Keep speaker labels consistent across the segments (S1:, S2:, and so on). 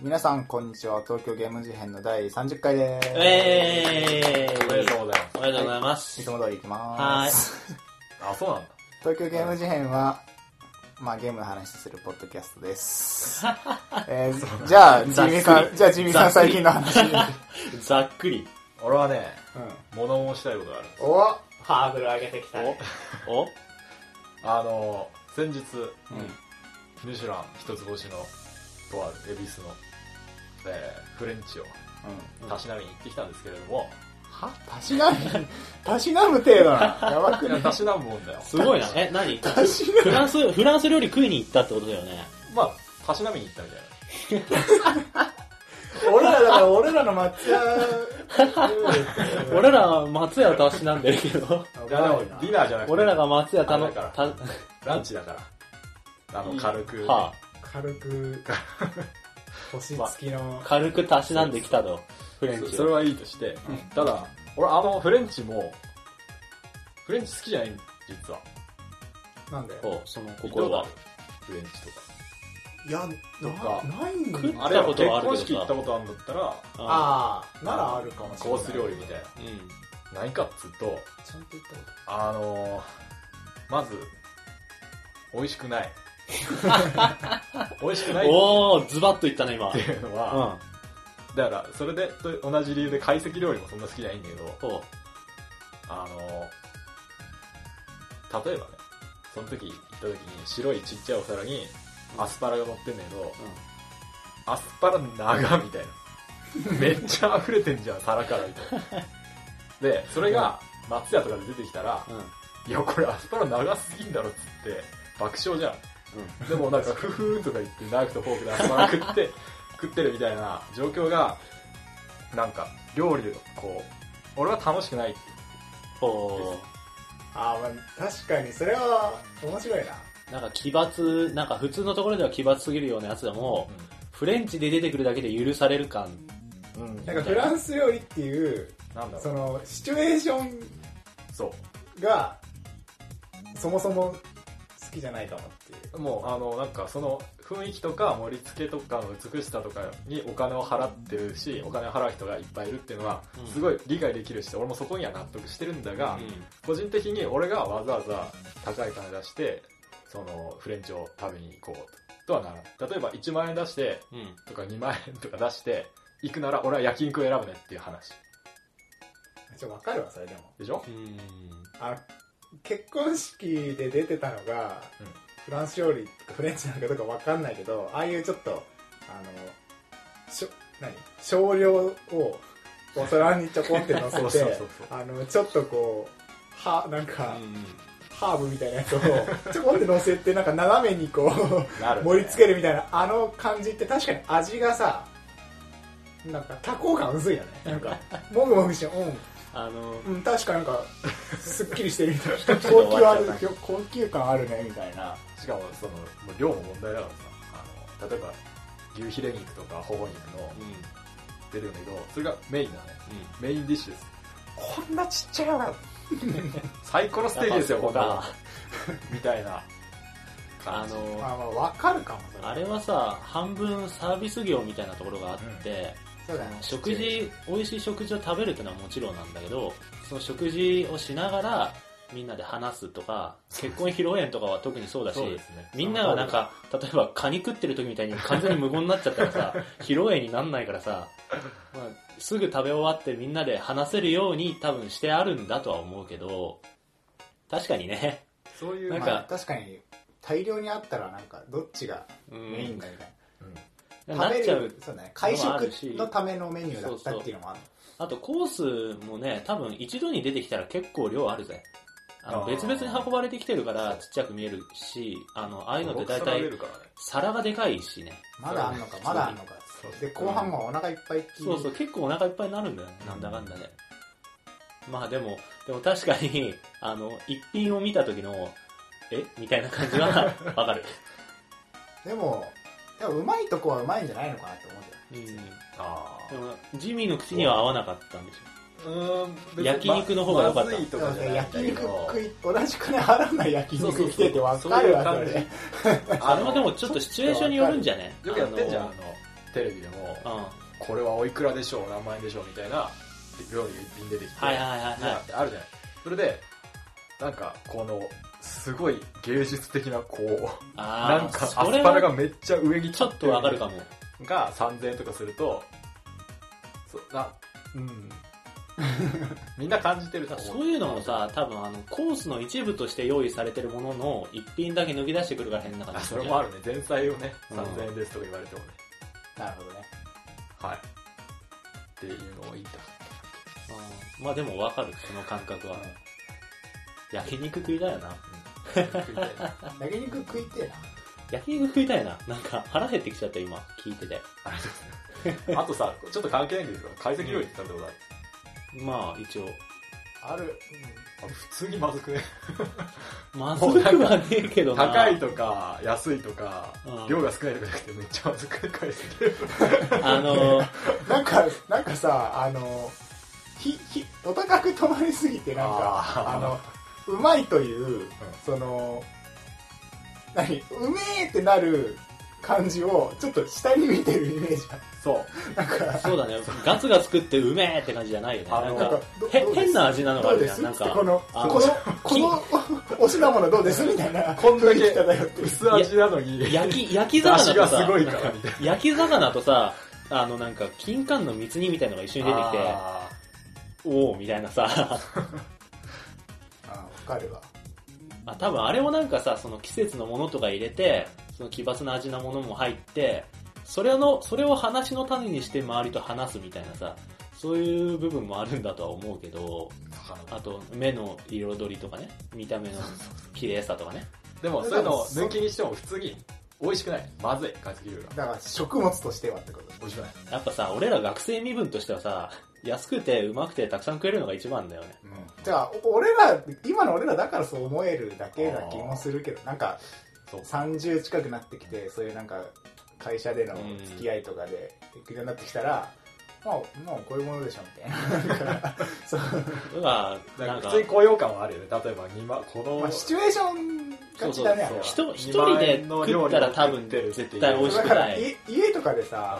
S1: 皆さん、こんにちは。東京ゲーム事変の第30回でーす。
S2: えー
S3: おめでとうございます
S2: おめでとうございます。
S1: いつも通り行きま
S2: は
S1: ー
S2: ーい
S1: す。。
S3: あ、そうなんだ。
S1: 東京ゲーム事変は、まあゲームの話するポッドキャストです。えーじゃあ、ジ
S2: ざっくり
S1: ミーさん、じゃあジミーさん
S2: ざっく
S1: 最
S2: り
S1: 近の話。うん。
S2: ざっくり。
S3: 俺はね、物申したいことがあるんですよ。
S1: お
S4: ハードル上げてきたね。
S2: おお
S3: あの、先日、
S1: うん
S3: ミシュラン一つ星の、とある恵比寿の、えーフレンチを
S1: うん。
S3: たしなみに行ってきたんですけれども、は
S1: たしなむ、たしなむ程度なの。やばく
S3: い
S1: な
S3: や
S1: い。
S3: たしなむもんだよ。
S2: すごいな。え、何
S1: たしな
S2: フランス、フランス料理食いに行ったってことだよね。
S3: まあ、たしなみに行ったみたいな。
S1: む。俺らだから、俺らの抹茶。
S2: 俺らは松屋と足なんでるけど、
S3: いやでも、ディナーじゃなくて、
S2: 俺らが松屋頼
S3: あれから
S2: た、
S3: ランチだから、あの、軽く、
S2: は
S1: 軽く、星付きの
S2: あ、。軽く足しなんできたと、フレン
S3: そ
S2: チ
S3: それ
S2: を。
S3: はいいとして、ただ、俺あの、フレンチも、フレンチ好きじゃない実は。
S1: なんだよ。
S2: おその心
S3: 行っ
S2: は
S3: た。ことあるフレンチとか。
S1: いや、
S3: とか
S1: なないんだ
S2: 食っ
S1: よ。
S3: あ
S2: た
S3: れ
S2: こ
S3: 結
S2: とはある
S3: 婚
S2: け
S3: 式
S2: ど
S3: 行
S2: さ
S3: った。ことあるんだったら、
S2: あ
S1: ああ、ならあるかもしれな
S3: コ
S1: い。
S3: ース料理みたい
S2: あ。うん。
S3: な。ないかっつうと、
S1: ちゃんと言ったこと
S3: あのー、まず、美味しくない。美味しくないっ
S2: おー、ズバッといったね、今。
S3: ていうの
S2: う
S3: は、
S2: ん。
S3: だから、それで、と同じ理由で、懐石料理もそんな好きじゃないんだけど、
S2: そう。
S3: あのー、例えばね、その時行った時に、白いちっちゃいお皿に、アスパラが乗ってんだけど、アスパラ長みたいな。めっちゃ溢れてんじゃん、皿からみたいな。で、それが、松屋とかで出てきたら、
S2: うん。
S3: いや、これアスパラ長すぎんだろっつって、爆笑じゃん。でもなんか、ふふーんとか言って、ナイフとフォークでアスパラ食って、食ってるみたいな状況が、なんか、料理で、こう、俺は楽しくない。
S2: おー。
S1: あー、まあ、確かに、それは、面白いな。
S2: なんか奇抜、なんか普通のところでは奇抜すぎるようなやつでも、フレンチで出てくるだけで許される感。
S3: うん。
S1: なんかフランス料理っていう、
S3: なんだ
S1: そ
S3: ろう。
S1: の、シチュエーション
S3: そ
S1: が、そもそも好きじゃないかもっていう。
S3: う。もう、あの、なんか、その、雰囲気とか盛り付けとかの美しさとかにお金を払ってるし、お金を払う人がいっぱいいるっていうのは
S2: うん、
S3: すごい理解できるし、俺もそこには納得してるんだ
S2: う
S3: が、個人的に俺がわざわざ高い金出して、その、フレンチを食べに行こうとはならない。例えば1万円出して、
S2: ん。うん。
S3: とか2万円とか出して、行くなら俺は焼肉を選ぶねっていう話。
S1: ちょ、わかるわ、それでも。
S3: でしょ
S2: うん。
S1: あ結婚式で出てたのが、
S3: うん
S1: フランス料理とかフレンチなんかとかわかんないけど、ああいうちょっと、あの、しょ、何少量をお皿にちょこんって乗せて、
S3: そうそうそうそう
S1: あの、ちょっとこう、は、なんか、
S2: うん
S1: ハーブみたいなやつを ちょこんって乗せてなんか斜めにこう
S3: なる、
S1: 盛り付けるみたいなあの感じって確かに味がさなんか多幸感薄いよねなんかもぐもぐしてう
S2: あの、
S1: ん、うん、確かなん かすっきりしてるみたいな高級ある高級感あるねみたいな
S3: しかもそのもう量も問題だからさあの例えば牛ヒレ肉とかほほ肉の
S2: うん。
S3: 出るんだけどそれがメインだねメインディッシュですこんなちっちゃいのがサイコロステーキですよこんなのみたいな
S2: あ
S3: 感じ
S1: ま
S2: の、
S1: あまあわかるかもそれ
S2: あれはさ、半分サービス業みたいなところがあって、
S1: そうだよね
S2: 食事、美味しい食事を食べるってのはもちろんなんだけど、その食事をしながら、みんなで話すとか、結婚披露宴とかは特にそうだし、
S3: そうですね
S2: みんながなんか、例えばカニ食ってる時みたいに完全に無言になっちゃったらさ、披露宴になんないからさ、まあ、すぐ食べ終わってみんなで話せるように多分してあるんだとは思うけど、確かにね。
S3: そういう
S2: なんか
S3: ま
S1: まあ確かに大量にあったらなんかどっちがメインだみたい
S2: うん
S1: な、
S2: なっちゃ
S1: 食べ
S2: う
S1: る。そうだね会
S2: のもある
S1: 食
S2: し
S1: のためのメニューだったっていうのもある
S2: あとコースもね、多分一度に出てきたら結構量あるぜ。あの
S3: あー
S2: 別々に運ばれてきてるからちっちゃく見えるし、あの、ああ
S3: あ
S2: いうのって大
S3: 僕から出
S2: 体
S3: るからね
S2: 皿がでかいしね。
S1: まだあんのか、まだあんのか
S3: そう。
S1: で、後半もお腹いっぱいってい
S2: そうそう、結構お腹いっぱいになるんだよね、なんだかんだね。まあでも、でも確かに、 あの、一品を見た時の、えみたいな感 じはわかる。
S1: でも、でもうまいとこはうまいんじゃないのかなって思うけど。
S2: うん。で
S3: ああ
S2: も、ジミーの口には合わなかったんでし
S3: うーん別に
S2: 焼肉の方が良かった
S3: まずいとかじゃないんだ
S1: 焼
S3: け
S1: 肉
S3: ど
S1: 食い、同じ金払うない焼肉食っててわ
S3: そうそう
S1: かるわ、
S3: そう
S1: そ
S3: いう
S1: れ
S3: 感。
S2: ょ。あれはでもちょっとシチュエーションによるんじゃね
S3: よくやってんじゃん、あ
S2: あ
S3: の、テレビでも、
S2: うん。は
S3: これはおいくらでしょう何万円でしょうみたいな料理が一品出てきて、
S2: いはいはい
S3: な
S2: は
S3: んてあるじゃないそれでなんかこのすごい芸術的なこう
S2: い。あ
S3: なんかアスパラがめっちゃ上に
S2: ちょっとわかるかも。
S3: もが3000円とかするとそうなうんみんな感じてると思
S2: そういうのもさ、多分あの、コースの一部として用意されてるものの一品だけ抜き出してくるから変な感
S3: あ
S2: じす
S3: そ
S2: る
S3: れ
S2: じゃん
S3: もあるね前菜をね
S2: うん
S3: 3000円ですとか言われてもね、
S1: なるほどね。
S3: はいっていうのを言いたかっ
S2: うんまあでもわかる、その感覚は。焼肉食いたいよな。
S3: た食いたいな
S1: 焼肉食いてえな。
S2: 焼肉食いたいな。なんか腹減ってきちゃった今、聞いてて。
S3: ありがとうございますあとさちょっと関係ないんですけど解析料理って食べたことある、
S2: まあ一応。
S1: ある、
S3: あ普通にまずくね
S2: まずくはねえけどな。
S3: 高いとか安いとか
S2: うん
S3: 量が少ないとかじゃなくてめっちゃまずく解析料理
S2: あ の、
S1: うんなんか、なんかさ、あの、ひ、ひ、お高く止まりすぎて、なんか、
S3: あー
S1: あの、うまいという、その、何、うめえってなる感じを、ちょっと下に見てるイメージが。
S3: そう
S1: なんか、
S2: そうだね、ガツガツ食ってうめえって感じじゃないよね。
S3: あ
S2: な
S3: の
S2: ん
S1: なん
S2: か
S1: か、ど
S2: へ
S1: どうです
S2: 変な味なのが
S1: ど
S2: あ
S1: う
S2: る
S1: で
S2: じゃん。
S1: す
S2: なん
S1: つって
S2: か、
S1: この、
S2: あ
S1: この、この、お品物どうですみたいな。
S3: こんだけ
S1: 雰囲気漂ってる
S3: 薄味なのに
S2: 焼き、焼き
S3: 出
S2: 魚
S3: 汁
S2: と
S3: が
S2: さ、
S3: すごいからみたいな
S2: 焼き魚とさ、あのなんか、金柑の蜜煮みたいのが一緒に出てきて、
S3: あ
S2: おおみたいなさ、
S1: あわかるわ。
S2: あ、多分あれもなんかさ、その季節のものとか入れて、その奇抜な味なものも入って、それの、それを話の種にして周りと話すみたいなさ、そういう部分もあるんだとは思うけど、
S3: ー
S2: あと目の彩りとかね、見た目の綺麗さとかね。
S3: でもそういうのを抜きにしても普通に美味しくないまずい解析料理が
S1: だから、食物としてはってこと。
S3: 美味しくない
S2: やっぱさ、俺ら学生身分としてはさ、安くてうまくてたくさん食えるのが一番だよね。
S3: うん
S1: じゃあ、お俺ら、今の俺らだからそう思えるだけな気もするけど、なんか、
S3: そう
S1: 30近くなってきて、そういうなんか、会社での
S2: うん
S1: 付き合いとかで、行くようになってきたら、まあ、もうこういうものでしょ、みたいななんか。そう。
S2: だから、
S3: な
S2: なんん
S3: か
S2: か
S3: 普通、に高揚感はあるよね例えば2万この、
S1: まあ、シチュエーション勝ちだね、あ
S3: そ
S1: れ
S3: う
S1: は。
S2: 人一人で食ったら多分絶対美味し
S1: だ
S2: く
S1: か
S2: な
S1: ら
S2: い。
S1: い家とかでさ、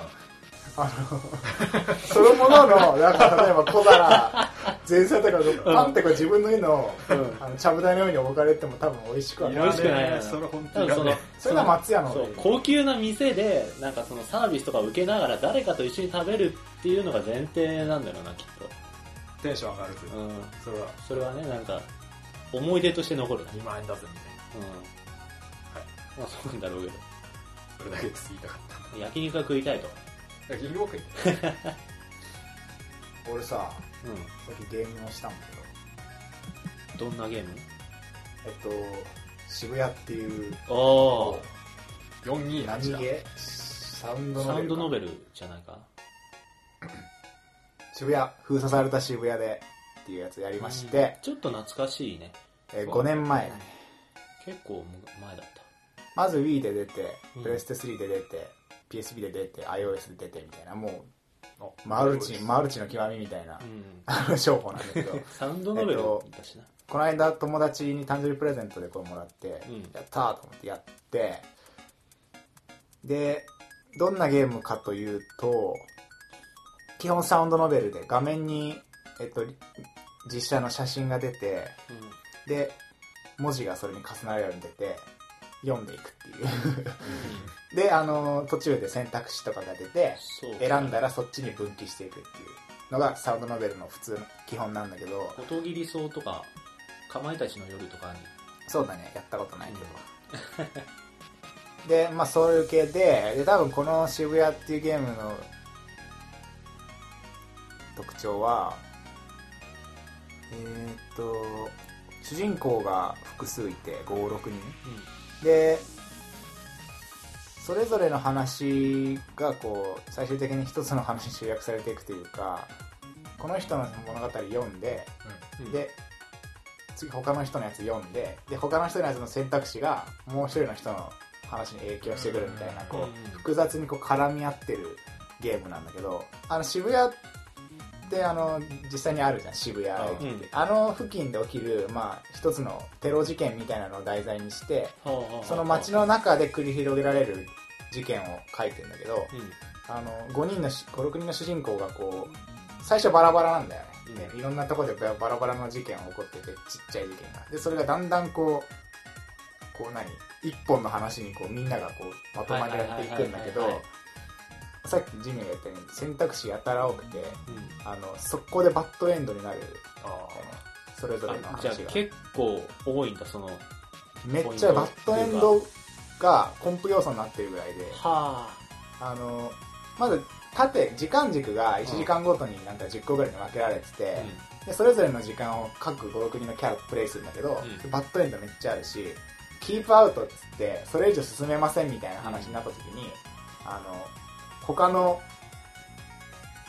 S1: あの、 そのものの、なんか例えば小皿、前菜とかの、パンってこう自分の家の、
S2: うん
S1: あの、ちゃぶ台のように置かれても多分美味しくは
S3: 美
S1: ない。
S2: 美味しくないな
S3: それ本当
S2: 多
S3: に
S2: 分その、
S1: それは松屋の
S2: そう、高級な店で、なんかそのサービスとか受けながら誰かと一緒に食べるっていうのが前提なんだろうな、きっ
S3: テンション上がるけ
S2: と。
S3: ど
S2: うん。
S3: それは
S2: それはね、なんか、思い出として残るな。
S3: 2万円出すみたいな
S2: うん。まあそうなんだろうけど。
S3: それだけです言いたかった
S2: 焼肉が食いたいと。
S3: だから銀行区
S1: 俺さ、
S2: う
S1: さっきゲームをしたんだけど、
S2: ん。どんなゲーム
S1: えっと、渋谷っていう、
S2: あ
S1: 何
S3: 4 2だ
S1: ゲーサウンドノベル
S2: あ、
S1: か。
S2: サウンドノベルじゃないか。
S1: 渋谷、封鎖された渋谷でっていうやつやりまして、
S2: ちょっと懐かしいね。
S1: え5年前だね。
S2: 結構前だった。
S1: まず Wii で出て
S2: う、ん
S1: プレステ3で出て、PSP で出て、iOS で出てみたいな、も
S3: お
S1: う、マルチ、マルチの極みみたいな
S2: う、ん。
S1: あの、商法なんだけど、
S2: サウンドノベルだしな。
S1: この間友達に誕生日プレゼントでこれもらって、
S2: ん
S1: やったーと思ってやって、で、どんなゲームかというと、基本サウンドノベルで画面に、えっと、実写の写真が出て、で、文字がそれに重なるように出て、読んでいくっていう。 で、あの、途中で選択肢とかが出て、
S2: そう。
S1: 選んだらそっちに分岐していくっていうのがサウンドノベルの普通の基本なんだけど、
S2: 音切り草とか、かまいたちの夜とかに。
S1: そうだね、やったことないけど。で、まあそういう系で、で、多分この渋谷っていうゲームの特徴は、えーっと、主人公が複数いて、5、6人。でそれぞれの話がこう最終的に一つの話に集約されていくというかこの人の物語読んで、
S2: うん
S1: で次他の人のやつ読んでで他の人のやつの選択肢がもう一人の人の話に影響してくるみたいな
S3: うん
S1: こう複雑にこう絡み合ってるゲームなんだけどあの渋谷ってあの実際にあるじゃん渋谷駅って、
S2: うん
S1: あの付近で起きる、まあ、一つのテロ事件みたいなのを題材にして
S2: はあはあはあ
S1: その街の中で繰り広げられる事件を書いてんだけど、
S2: うん。
S1: あの5人の56人の主人公がこう最初バラバラなんだよね,ね、いろんなとこでバラバラの事件が起こっててちっちゃい事件がでそれがだんだんこうこう何一本の話にこうみんながこうまとまりやっていくんだけ
S2: はいはいはいはいは
S1: どさっきジミーが言ったように選択肢やたら多くて
S2: うん
S1: あの速攻でバッドエンドになるんだよね
S3: あ
S1: それぞれの
S2: あじゃあ
S1: 話が
S2: 結構多いんだそのは
S1: めっちゃバッドエンドがコンプ要素になってるぐらいで
S2: あ
S1: あのまず縦時間軸が1時間ごとになんか10個ぐらいに分けられてて、でそれぞれの時間を各56人のキャラプレイするんだけど、
S2: うん
S1: バッドエンドめっちゃあるしキープアウトっつってそれ以上進めませんみたいな話になった時に、あの他の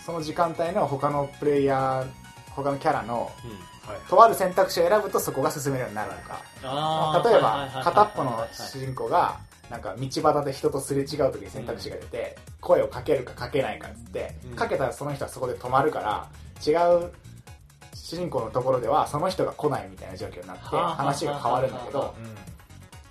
S1: その時間帯の他のプレイヤー他のキャラの
S2: うん、うん、
S3: あ、はい。
S1: とある選択肢を選ぶとそこが進めるようになるのか
S2: あー
S1: 例え
S2: はいはいはいはいはい
S1: ば
S2: はい
S1: 片っぽの主人公がなんか道端で人とすれ違う時に選択肢が出て声をかけるかかけないかっつって
S2: うん
S1: かけたらその人はそこで止まるから違う主人公のところではその人が来ないみたいな状況になって
S2: はあ
S1: 話が変わるんだけ
S2: はあは
S1: ど
S3: うん。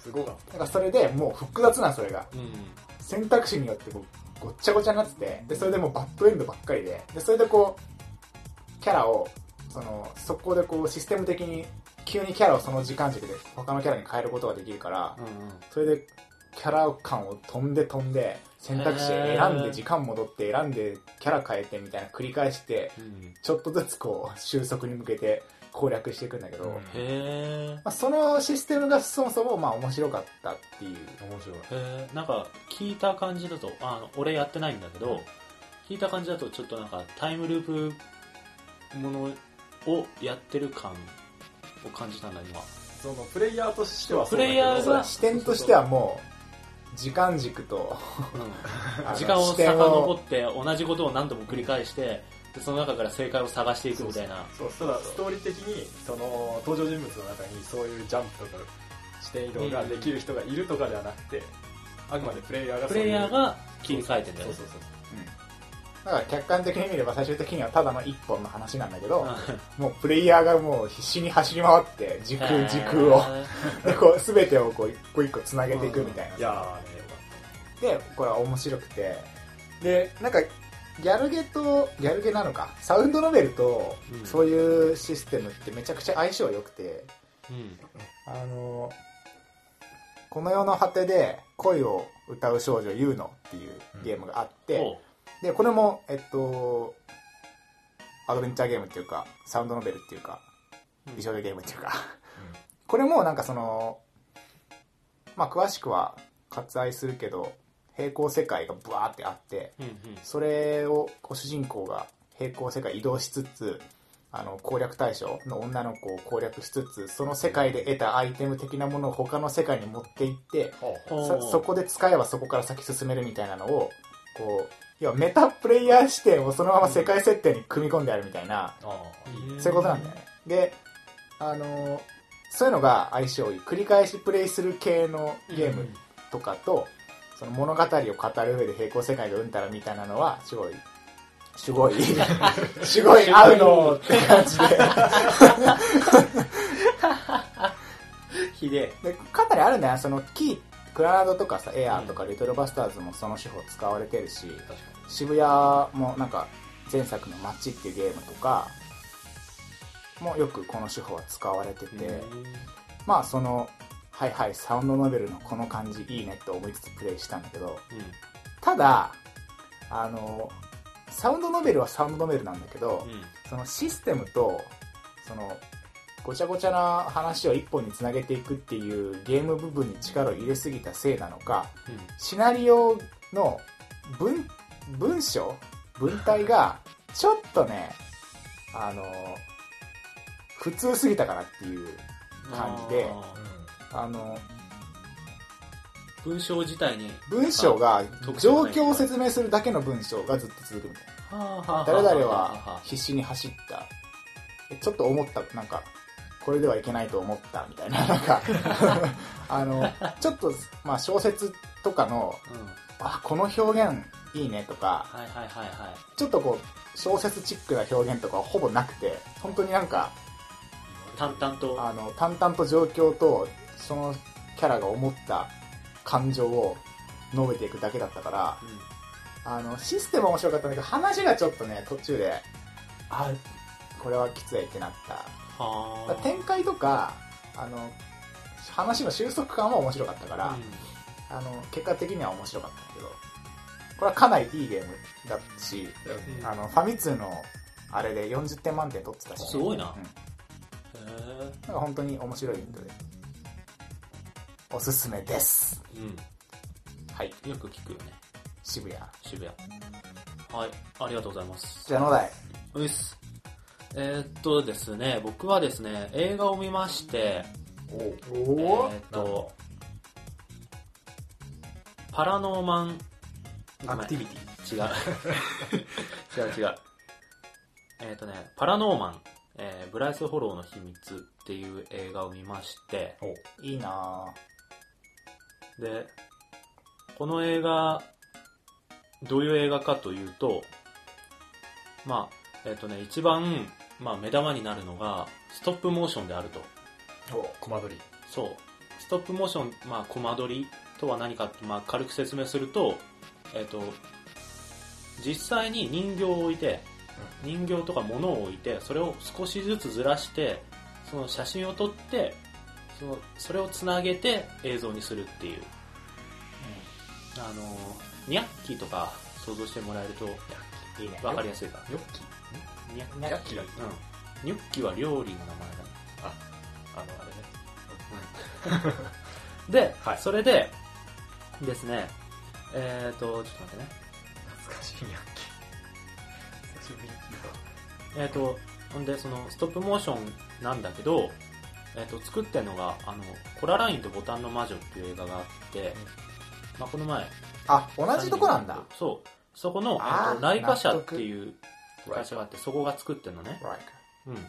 S3: すごかった。
S1: だからそれでもう複雑なそれが
S2: うん
S1: 選択肢によってこうごっちゃごちゃになっててでそれでもうバッドエンドばっかりででそれでこうキャラをその速攻でこうシステム的に急にキャラをその時間軸で他のキャラに変えることができるから
S2: うんうん
S1: それでキャラ感を飛んで飛んで選択肢
S2: へ
S1: 選
S2: ー
S1: んで時間戻って選んでキャラ変えてみたいな繰り返して
S2: うん
S1: ちょっとずつこう収束に向けて攻略していくんだけど、
S3: うん
S1: ま
S2: へえ
S1: あ、そのシステムがそもそもまあ面白かったっていう
S3: 面白い。
S2: へーなんか聞いた感じだとあの俺やってないんだけど聞いた感じだとちょっとなんかタイムループものをやってる感を感じたんだ 今
S3: その、プレイヤーとしては
S2: プ
S3: そうだけ
S2: レイ
S3: ど
S2: ヤーが
S1: 視点としてはもう時間軸と あの
S2: 時間を
S1: 視点
S2: 遡って同じことを何度も繰り返してでその中から正解を探していくみたいな
S3: そうただストーリー的にその登場人物の中にそういうジャンプとか視点移動ができる人がいるとかではなくて、あくまでプレイヤーが
S2: プ
S3: そういう
S2: レイヤーが切り替えてんだよ
S3: そう
S2: ね
S3: そうそう
S1: だから客観的に見れば最終的にはただの一本の話なんだけど、
S2: うん
S1: もうプレイヤーがもう必死に走り回って時空時空を
S2: へ
S1: で こう全てをこう一個一個つなげていくみたいな、
S3: いやーねよ
S1: でこれは面白くてでなんかギャルゲとギャルゲなのかサウンドノベルと
S2: うん
S1: そういうシステムってめちゃくちゃ相性良くて
S2: ー うん
S1: あのこの世の果てで恋を歌う少女ユーノっていうゲームがあって、
S2: おう
S1: でこれもえっとアドベンチャーゲームっていうかサウンドノベルっていうか
S2: うん
S1: 美少女ゲームっていうか、
S3: うん
S1: これもなんかそのまあ詳しくは割愛するけど平行世界がブワーってあって
S2: うん
S1: それをこう主人公が平行世界移動しつつあの攻略対象の女の子を攻略しつつその世界で得たアイテム的なものを他の世界に持っていって
S2: うんお
S1: さ
S2: う
S1: そこで使えばそこから先進めるみたいなのをこう要はメタプレイヤー視点をそのまま世界設定に組み込んであるみたいな、
S3: ああ
S2: ん
S1: そういうことなんだよねであのーそういうのが相性いい繰り返しプレイする系のゲームとかと、その物語を語る上で平行世界がうんたらみたいなのはすごいす ごいすごい合うのって感じで
S2: ひで
S1: でかなりあるんだよそのキークララドとかさエアーとかリトルバスターズもその手法使われてるし、
S3: 確か
S1: 渋谷もなんか前作の「街」っていうゲームとかもよくこの手法は使われてて、まあそのはいはいサウンドノベルのこの感じいいねって思いつつプレイしたんだけどただあのサウンドノベルはサウンドノベルなんだけど、そのシステムとそのごちゃごちゃな話を一本につなげていくっていうゲーム部分に力を入れすぎたせいなのかシナリオの文文章文体がちょっとねあの普通すぎたかなっていう感じであの
S2: 文章自体に
S1: 文章が
S2: 特徴
S1: 状
S2: ない
S1: 況を説明するだけの文章がずっと続くみたいな誰々は必死に走ったでちょっと思ったなんかこれではいけないと思ったみたいななん かあのちょっと、まあ、小説とかの
S2: うんは
S1: あこの表現いいねとか
S2: いはいはいは
S1: ちょっとこう小説チックな表現とかはほぼなくて本当になんか
S2: い淡々と
S1: あの淡々と状況とそのキャラが思った感情を述べていくだけだったから
S2: うん
S1: あのシステムは面白かったんだけど話がちょっとね途中であこれはきついってなった
S2: は
S1: だから展開とかあの話の収束感は面白かったから、あの結果的には面白かったけどこれはかなりいいゲームだったし
S2: うん
S1: あのファミ通のあれで40点満点取ってたし、
S2: すごいな
S1: うん、な
S2: へ
S1: んか本当に面白いインドでおすすめです
S2: えうん
S1: はい
S2: よく聞くよね
S1: 渋谷
S2: 渋谷はいありがとうございます
S1: じゃあ野田
S2: うっす。えーっとですね、僕はですね、映画を見まして、
S3: おう
S1: お
S2: え
S1: お
S2: ーっと、パラノーマン、
S1: アクティビテ
S2: ィ。違う。 違う違う。えーっとね、パラノーマン、えーブライス・ホローの秘密っていう映画を見まして、
S3: おう
S1: いいな
S2: で、この映画、どういう映画かというと、まあ、えっ、とね、一番、まあ、目玉になるのが、ストップモーションであると。
S1: お
S3: コマ撮り
S2: そう。ストップモーション、まあ、コマ撮りとは何かって、まあ、軽く説明すると、えっ、と、実際に人形を置いて、人形とか物を置いて、それを少しずつずらして、その写真を撮って、そのそれをつなげて映像にするっていう。あのニャッキーとか想像してもらえると
S1: いいね
S2: 分かりやすいか
S3: ニョッキ
S2: らニャ
S1: な
S3: ニャッキだっけ
S2: うんニョッキーは料理の名前だね
S3: あのあれね
S2: で、
S3: はい
S2: それでですねえっ、ー、とちょっと待ってね
S3: 懐かしいニャッキ久しぶりに聞い
S2: えっ、ー、とほんでそのストップモーションなんだけど、えー、と作ってるのがあの「コララインとボタンの魔女」っていう映画があって、まあ、この前
S1: あ同じとこなんだ
S2: そうそこの、え
S1: あー
S2: ー、とライカ社っていう
S3: た
S2: 会社があってそこが作ってるのね
S1: Right
S2: うん、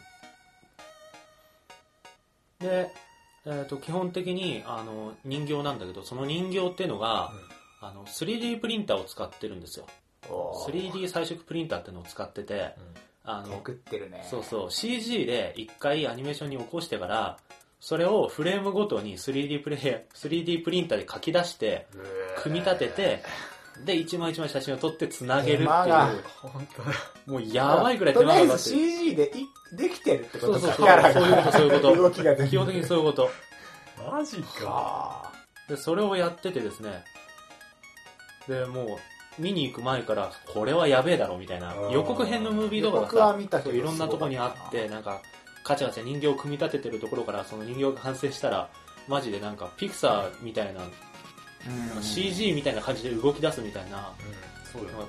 S2: で、えー、と基本的にあの人形なんだけどその人形っていうのが、あの 3D プリンターを使ってるんですよ
S1: おー
S2: 3D 彩色プリンターっていうのを使っててあの
S1: 送ってるね
S2: そうそう CG で一回アニメーションに起こしてからそれをフレームごとに 3D プレイ 3D プリンターで書き出して
S3: うんうわ
S2: 組み立ててで一枚一枚写真を撮ってつなげるってい
S1: 手間が
S2: う
S3: 本当だ
S2: もうやばいくらい手
S1: とり
S2: 間が
S1: あえ
S2: かか
S1: ず
S2: ってる
S1: CG でいできてるってこ
S2: そう
S1: と
S2: そう
S1: か
S2: そう
S1: キャラ
S2: そういうことそういうこと
S1: 動きが出て
S2: 基本的にそういうこと
S3: マジか
S1: か
S2: で、それをやっててですね、で、もう、見に行く前から、これはやべえだろ、みたいな
S3: あ。ー
S2: 予告編のムービーと
S1: 予
S2: かが
S1: 告は
S2: さ、
S1: 見たけ
S2: そ
S1: ど
S2: ういろんなとこにあって、なんか、カチャカチャ人形を組み立ててるところから、その人形が完成したら、マジでなんか、ピクサーみたいな、
S1: うん
S2: CG みたいな感じで動き出すみたいな、
S3: うんそうだよ
S2: ま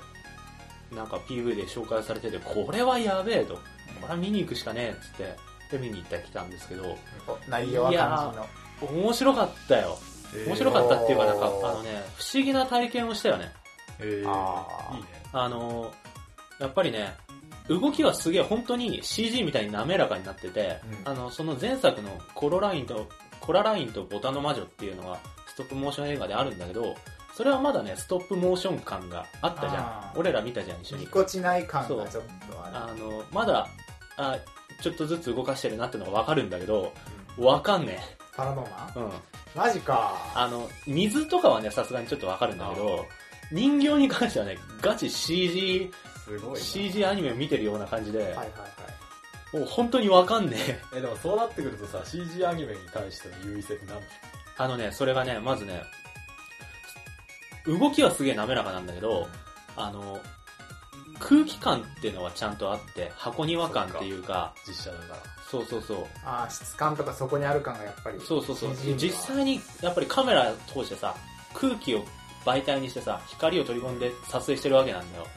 S2: あなんか PV で紹介されてて、これはやべえと。これは見に行くしかねえ、っつって。で、見に行ったり来たんですけど、
S1: お内容は感じの
S2: 面白かったよ。面白かったっていうか、なんか、あ
S1: おー
S2: のね、不思議な体験をしたよね。
S3: えー
S1: あー
S3: いいね
S2: あのーやっぱりね、動きはすげえ本当に CG みたいに滑らかになってて、
S1: うん
S2: あの、その前作のコロラインと、コララインとボタンの魔女っていうのがストップモーション映画であるんだけど、それはまだね、ストップモーション感があったじ
S1: あ
S2: ゃん。
S1: ー
S2: 俺ら見たじゃん、一緒
S1: ぎ
S2: に。
S1: こちない感がちょっとあ
S2: あの、まだ、あ、ちょっとずつ動かしてるなってのがわかるんだけど、わかんね
S1: るパラノーマン
S2: え。うん。
S1: マジか
S2: あの、水とかはね、さすがにちょっとわかるんだけど、人形に関してはね、ガチ CG
S3: すごいな
S2: CG アニメを見てるような感じで、
S1: はいはいはい
S2: もう本当にわかんねえ。
S3: えでもそうなってくるとさ CG アニメに対しての優位性って何
S2: あのね、それがね、まずね、動きはすげえ滑らかなんだけど、あの、空気感っていうのはちゃんとあって、箱庭感っていうか、
S3: 実写だから
S2: そうそうそう。
S1: あー質感とかそこにある感がやっぱり
S2: そうそうそう。
S1: CG には
S2: 実際に、やっぱりカメラ通してさ、空気を媒体にしてさ、光を取り込んで撮影してるわけなんだよ。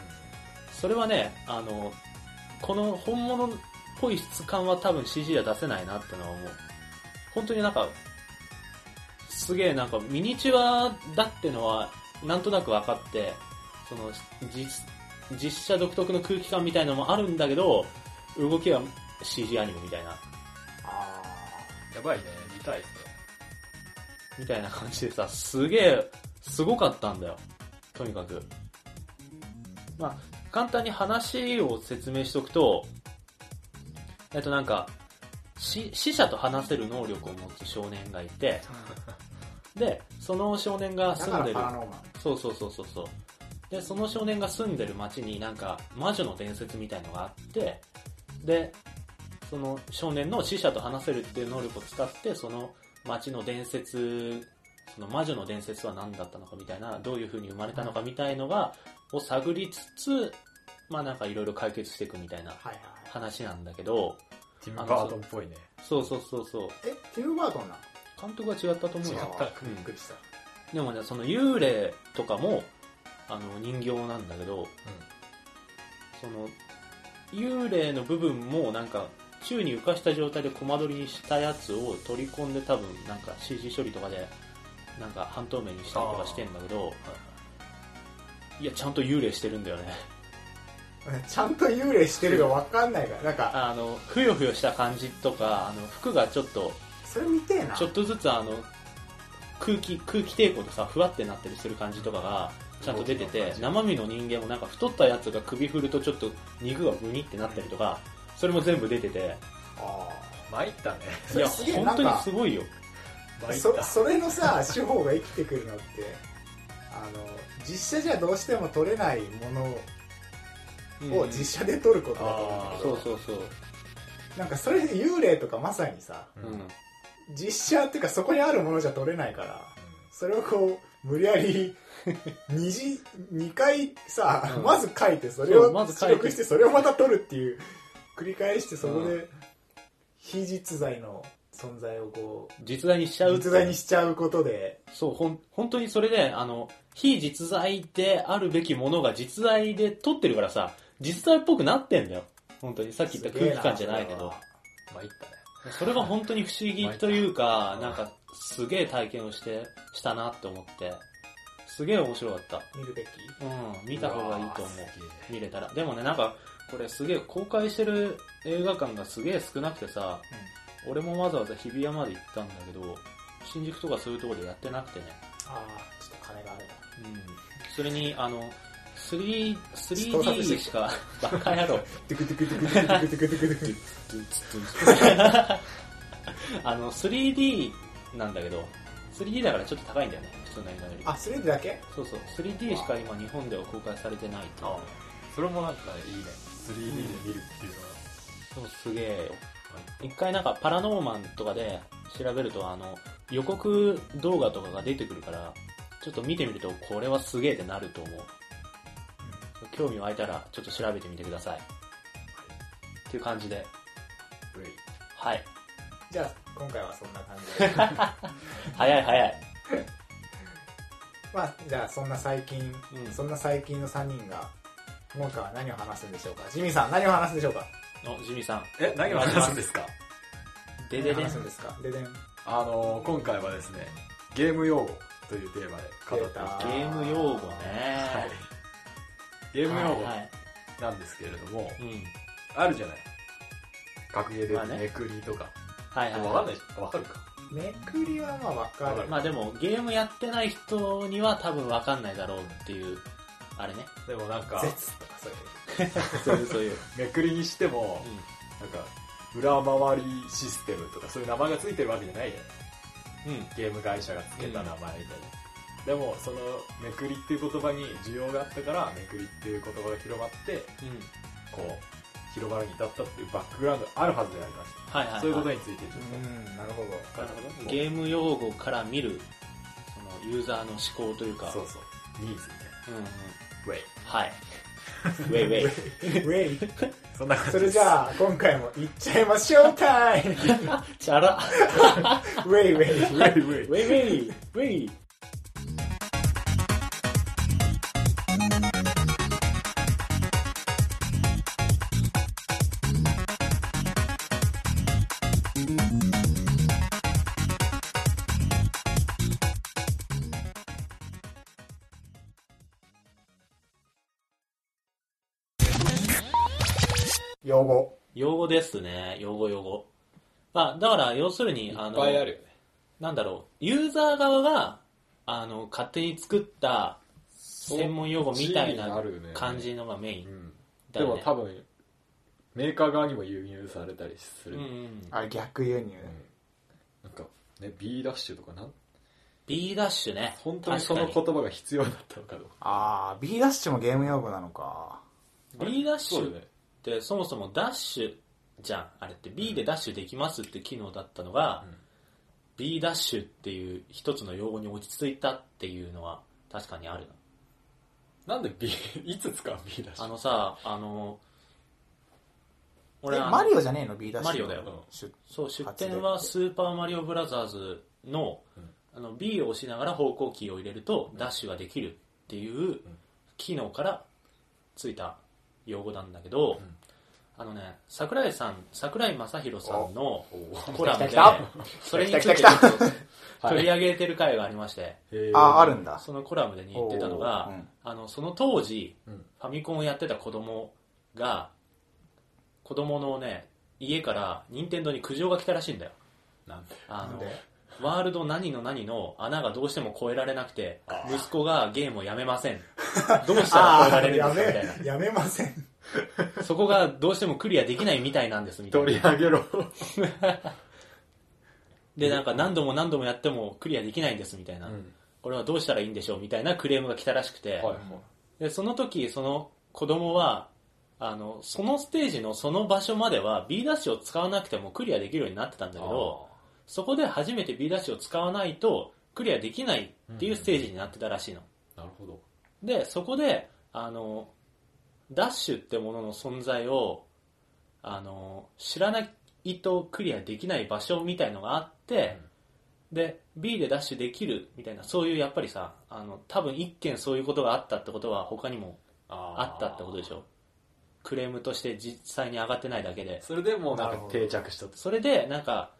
S2: それはね、あの、この本物っぽい質感は多分 CG は出せないなってのは思う。本当になんか、すげえなんかミニチュアだってのはなんとなく分かって、その実、実写独特の空気感みたいのもあるんだけど、動きは CG アニメみたいな、
S1: あ
S3: やばいね見たいですね
S2: みたいな感じでさ、すげえ、すごかったんだよ。とにかく。まあ、簡単に話を説明しとくと、えっとなんか、し死者と話せる能力を持つ少年がいて、
S1: ー
S2: で、その少年が
S1: だ
S2: 住
S1: か
S2: ん
S1: ら
S2: でる
S1: パ、ラノーマン
S2: そうそうそうそうそう、でその少年が住んでる町になんか魔女の伝説みたいのがあってでその少年の死者と話せるっていう能力を使ってその町の伝説その魔女の伝説は何だったのかみたいなどういう風に生まれたのかみたいのがを探りつつまあなんかいろいろ解決していくみたいな
S1: はいはいはい
S2: 話なんだけど
S3: ティム・バートンっぽいね。
S2: そうそうそうそう
S1: えティム・バートンなの
S2: 監督は違ったと思う
S3: 違
S2: よ
S3: った。
S1: びっくりした
S2: でもねその幽霊とかもあの人形なんだけどその幽霊の部分もなんか宙に浮かした状態でコマ撮りにしたやつを取り込んで多分なんか CG 処理とかでなんか半透明にしたりとかしてんだけどいやちゃんと幽霊してるんだよね
S1: ちゃんと幽霊してるか分かんないからなんか
S2: あのふよふよした感じとかあの服がちょっと
S1: それ見てえな
S2: ちょっとずつあの空気空気抵抗でさふわってなったりする感じとかがちゃんと出て
S3: 動きの
S2: て
S3: 感じ
S2: 生身の人間もなんか太ったやつが首振るとちょっと肉がグニってなったりとかそれも全部出てて
S1: あ
S3: 参ったね。
S1: そ
S2: い
S1: れ
S2: や
S1: すげえ
S2: 本
S1: な
S2: 当に
S1: んか
S2: すごいよ
S1: ー
S3: 参っ
S1: そ
S3: た。
S1: それのさ手法が生きてくるのってあの実写じゃどうしても撮れないものを実写で撮ることだと思うんだけど、
S2: そうそうそう、
S1: なんかそれ幽霊とかまさにさ
S3: う
S2: うんん、
S1: 実写っていうかそこにあるものじゃ撮れないからそれをこう無理やり二次二回さ、
S2: うん
S1: まず書いてそれを
S2: そうまず書
S1: 記
S2: いて
S1: 録してそれをまた撮るっていう繰り返してそこ
S2: う
S1: で非実在の存在をこ
S2: 実在にしちゃ
S1: う
S2: う
S1: 実在にしちゃうことで
S2: そうほん本当にそれであの非実在であるべきものが実在で撮ってるからさ実在っぽくなってんだよ本当にさっき言った空気感じゃないけど
S3: 参ったね。
S2: それが本当に不思議というか、
S3: まあ
S2: なんかすげえ体験をして、したなって思って、すげえ面白かった。
S1: 見るべき
S2: うん、見た方がいいと思
S3: わあ
S2: う。
S3: すげえ
S2: 見れたら。でもね、なんか、これすげえ公開してる映画館がすげえ少なくてさ、俺もわざわざ日比谷まで行ったんだけど、新宿とかそういうところでやってなくてね。
S1: ああちょっと金があれば
S2: うん。それに、あの、3D、
S1: 盗撮して
S2: 3D しか、バカ野郎。
S1: ドゥクドゥクドゥクドゥクドゥクドゥクドゥクドゥク
S2: あの、3D なんだけど、3D だからちょっと高いんだよね、普通の映画より
S1: あ。それだけ
S2: そうそう、3D しか今日本では公開されてないと
S3: あ。それもなんかいいね。3D で見るっていうのは。
S2: そうすげえよ。一回なんかパラノーマンとかで調べると、あの、予告動画とかが出てくるから、ちょっと見てみると、これはすげえってなると思う。興味湧いたら、ちょっと調べてみてください。っていう感じで、
S3: うい
S2: はい。
S1: じゃあ今回はそんな感じで
S2: 早い早い。
S1: まあじゃあそんな最近、
S2: うん
S1: そんな最近の3人が今回は何を話すんでしょうかジミーさん何を話すんでしょうか
S2: お、ジミーさん。
S3: え、何を話すんですか
S2: で
S1: 何
S2: で
S1: を
S2: で
S1: 話すんですかででん
S3: あのー、今回はですね、ゲーム用語というテーマで語っていきたい
S2: ゲーム用語ね。
S3: はいゲーム用語
S2: はいはい
S3: なんですけれども、
S2: うん。
S3: あるじゃない。格ゲー
S2: まあ
S3: で
S2: ね
S3: めくりとか。
S2: はいはい、
S3: わかんないわかるか。
S1: めくりはまあわかる。
S2: まあでも、ゲームやってない人には多分わかんないだろうっていう、あれね。
S3: でもなんか、
S1: 絶とかそういう。
S2: そういう、そういう。
S3: めくりにしても、なんか、裏回りシステムとかそういう名前がついてるわけじゃないじゃない。
S2: うん。うん。
S3: ゲーム会社がつけた名前みたいな。でも、その、めくりっていう言葉に需要があったから、めくりっていう言葉が広まって、
S2: うん。
S3: こう、広まるに至ったっていうバックグラウンドあるはずでありました。
S2: はいはい、はい。
S3: そういうことについてちょっ
S1: うん、なるほど。
S3: と。
S2: なるほど。ゲーム用語から見る、その、ユーザーの思考というか。
S3: そうそう。ニーズみたいな。
S2: うんうん。
S3: ウェイ。
S2: はい。ウェイウェイ。
S1: ウェイ。
S3: そんな感じ
S1: そ
S3: です
S1: れじゃあ、今回も行っちゃいましょうタイ ムウ
S2: チャラ。
S1: ェイウェイ。
S3: ウェイウェイ
S2: ウ。ェイウェイ。ウェイ。
S1: 用語。
S2: 用語ですね。用語用語。まあ、だから、要するに、あの、
S3: るよね。
S2: なんだろう、ユーザー側が、あの、勝手に作った専門用語みたいな感じのがメイン
S3: うん
S2: だよね。
S3: でも多分、メーカー側にも輸入されたりする。
S2: うんうん。
S1: あ、逆輸入。
S3: なんか、ね、B ダッシュとかなん
S2: B ダッシュね。
S3: 本当にその
S2: 確か
S3: 言葉が必要だったのかどうか
S1: あー、B ダッシュもゲーム用語なのか。
S3: あれ
S2: B ダッシ
S3: そう
S2: ュ
S3: だ
S2: っ
S3: よね
S2: てそもそもダッシュじゃん。あれって B でダッシュできますって機能だったのが、
S3: うん
S2: B ダッシュっていう一つの用語に落ち着いたっていうのは確かにあるな。
S3: なんで B いつ使う B だし
S2: あのさ、あの、俺
S1: え
S2: あの
S1: マリオじゃねえの ?B ダッシュ。
S2: マリオだよ
S1: 出
S2: そう、出典はスーパーマリオブラザーズの
S3: うん
S2: あの B を押しながら方向キーを入れるとダッシュができるっていう機能からついた用語なんだけど、
S3: ん
S2: あのね、桜井さん、桜井正宏さんの
S3: お
S2: コラム
S1: 来
S2: で
S1: た来、
S2: それについ
S1: 来た
S2: て
S1: 来
S2: ち
S1: た
S2: ょ
S1: 来
S2: ったと取り上げてる回がありまして、
S3: へー
S1: あー、あるんだ。
S2: そのコラムでに言ってたのが、
S1: おーうん
S2: あのその当時、
S3: うん
S2: ファミコンをやってた子供が子供のね家から任天堂に苦情が来たらしいんだよ
S3: なんで
S2: あ
S1: なん
S2: の
S1: で
S2: ワールド何の何の穴がどうしても越えられなくて息子がゲームをやめませんどうしたら越えられるんですかみたい
S1: め、やめません。
S2: なそこがどうしてもクリアできないみたいなんですみたい
S3: 取
S2: な
S3: り上げろ
S2: でなんか何度も何度もやってもクリアできないんですみたいな、
S3: うん
S2: これはどうしたらいいんでしょうみたいなクレームが来たらしくて、
S3: はいはい
S2: でその時その子供はあのそのステージのその場所までは B ダッシュを使わなくてもクリアできるようになってたんだけどそこで初めて B ダッシュを使わないとクリアできないっていうステージになってたらしいの、
S3: あーなるほど
S2: でそこであのダッシュってものの存在をあの知らないとクリアできない場所みたいのがあって、で B でダッシュできるみたいなそういうやっぱりさあの多分一件そういうことがあったってことは他にも
S3: あ
S2: あったってことでしょクレームとして実際に上がってないだけで
S3: それでもうなん
S1: な
S3: か
S1: るほど
S3: 定着したと
S2: それでなんか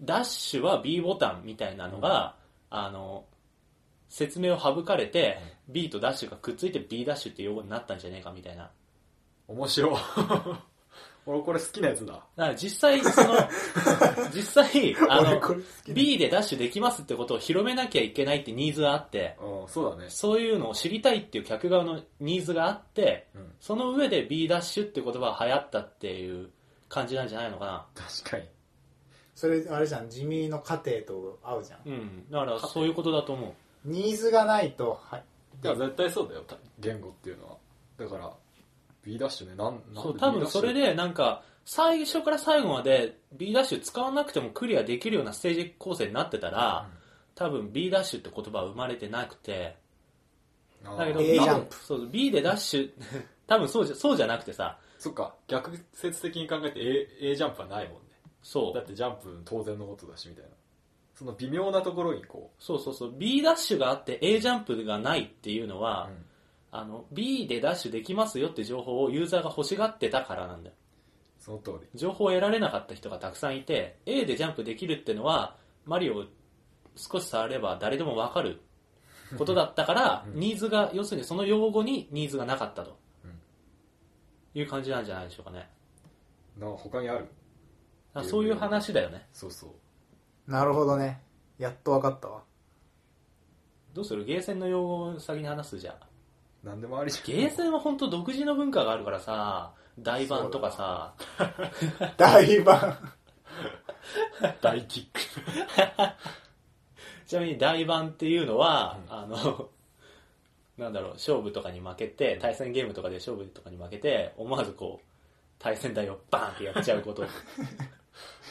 S2: ダッシュは B ボタンみたいなのが、あの説明を省かれて B とダッシュがくっついて B ダッシュって用語になったんじゃねえかみたいな
S3: 面白い 俺これ好きなやつだ
S2: だから実際 その実際あ
S1: 俺
S2: の
S1: これ好
S2: B でダッシュできますってことを広めなきゃいけないってニーズがあって
S3: うんそうだね
S2: そういうのを知りたいっていう客側のニーズがあって、
S3: うん
S2: その上で B ダッシュって言葉が流行ったっていう感じなんじゃないのかな。
S3: 確かに
S1: それ、あれじゃん、地味の過程と合うじゃん。
S2: うん。だからそういうことだと思う。
S1: ニーズがないと、はい。
S3: だから絶対そうだよた言語っていうのはだから B ダッシュねなんなん
S2: そう、多分それでなんか、最初から最後まで B ダッシュ使わなくてもクリアできるようなステージ構成になってたら、多分 B ダッシュって言葉は生まれてなくて、だけど
S1: A
S3: 多
S2: B
S1: ジャ
S3: 分
S1: ンプ
S2: そう、B でダッシュ、 多分そうじゃ、そうじゃなくてさ、
S3: そっか逆説的に考えて A, A ジャンプはないもんね
S2: そ
S3: だっ
S2: う、
S3: てジャンプ当然のことだしみたいなその微妙なところにこ
S2: そうそうそう、B ダッシュがあって A ジャンプがないっていうの
S3: う、
S2: は、あの、B でダッシュできますよって情報をユーザーが欲しがってたからなんだよ。
S3: その通り
S2: 情報を得られなかった人がたくさんいて、A でジャンプできるってのは、マリオを少し触れば誰でもわかることだったから、ニーズが、要するにその用語にニーズがなかったと。いう感じなんじゃないでしょうかね。
S3: な他にある
S2: だからそういう話だよね。
S3: そうそう
S1: なるほどね。やっとわかったわ。
S2: どうするゲーセンの用語を先に話すじゃあ。
S3: 何でもありじゃん
S2: ゲーセンは本当独自の文化があるからさ、台盤とかさ、
S1: 大盤。
S3: 大キック
S2: ちなみに台盤っていうのは、あの、 なんだろう、勝負とかに負けて、対戦ゲームとかで勝負とかに負けて、思わずこう、対戦台をバーンってやっちゃうこと。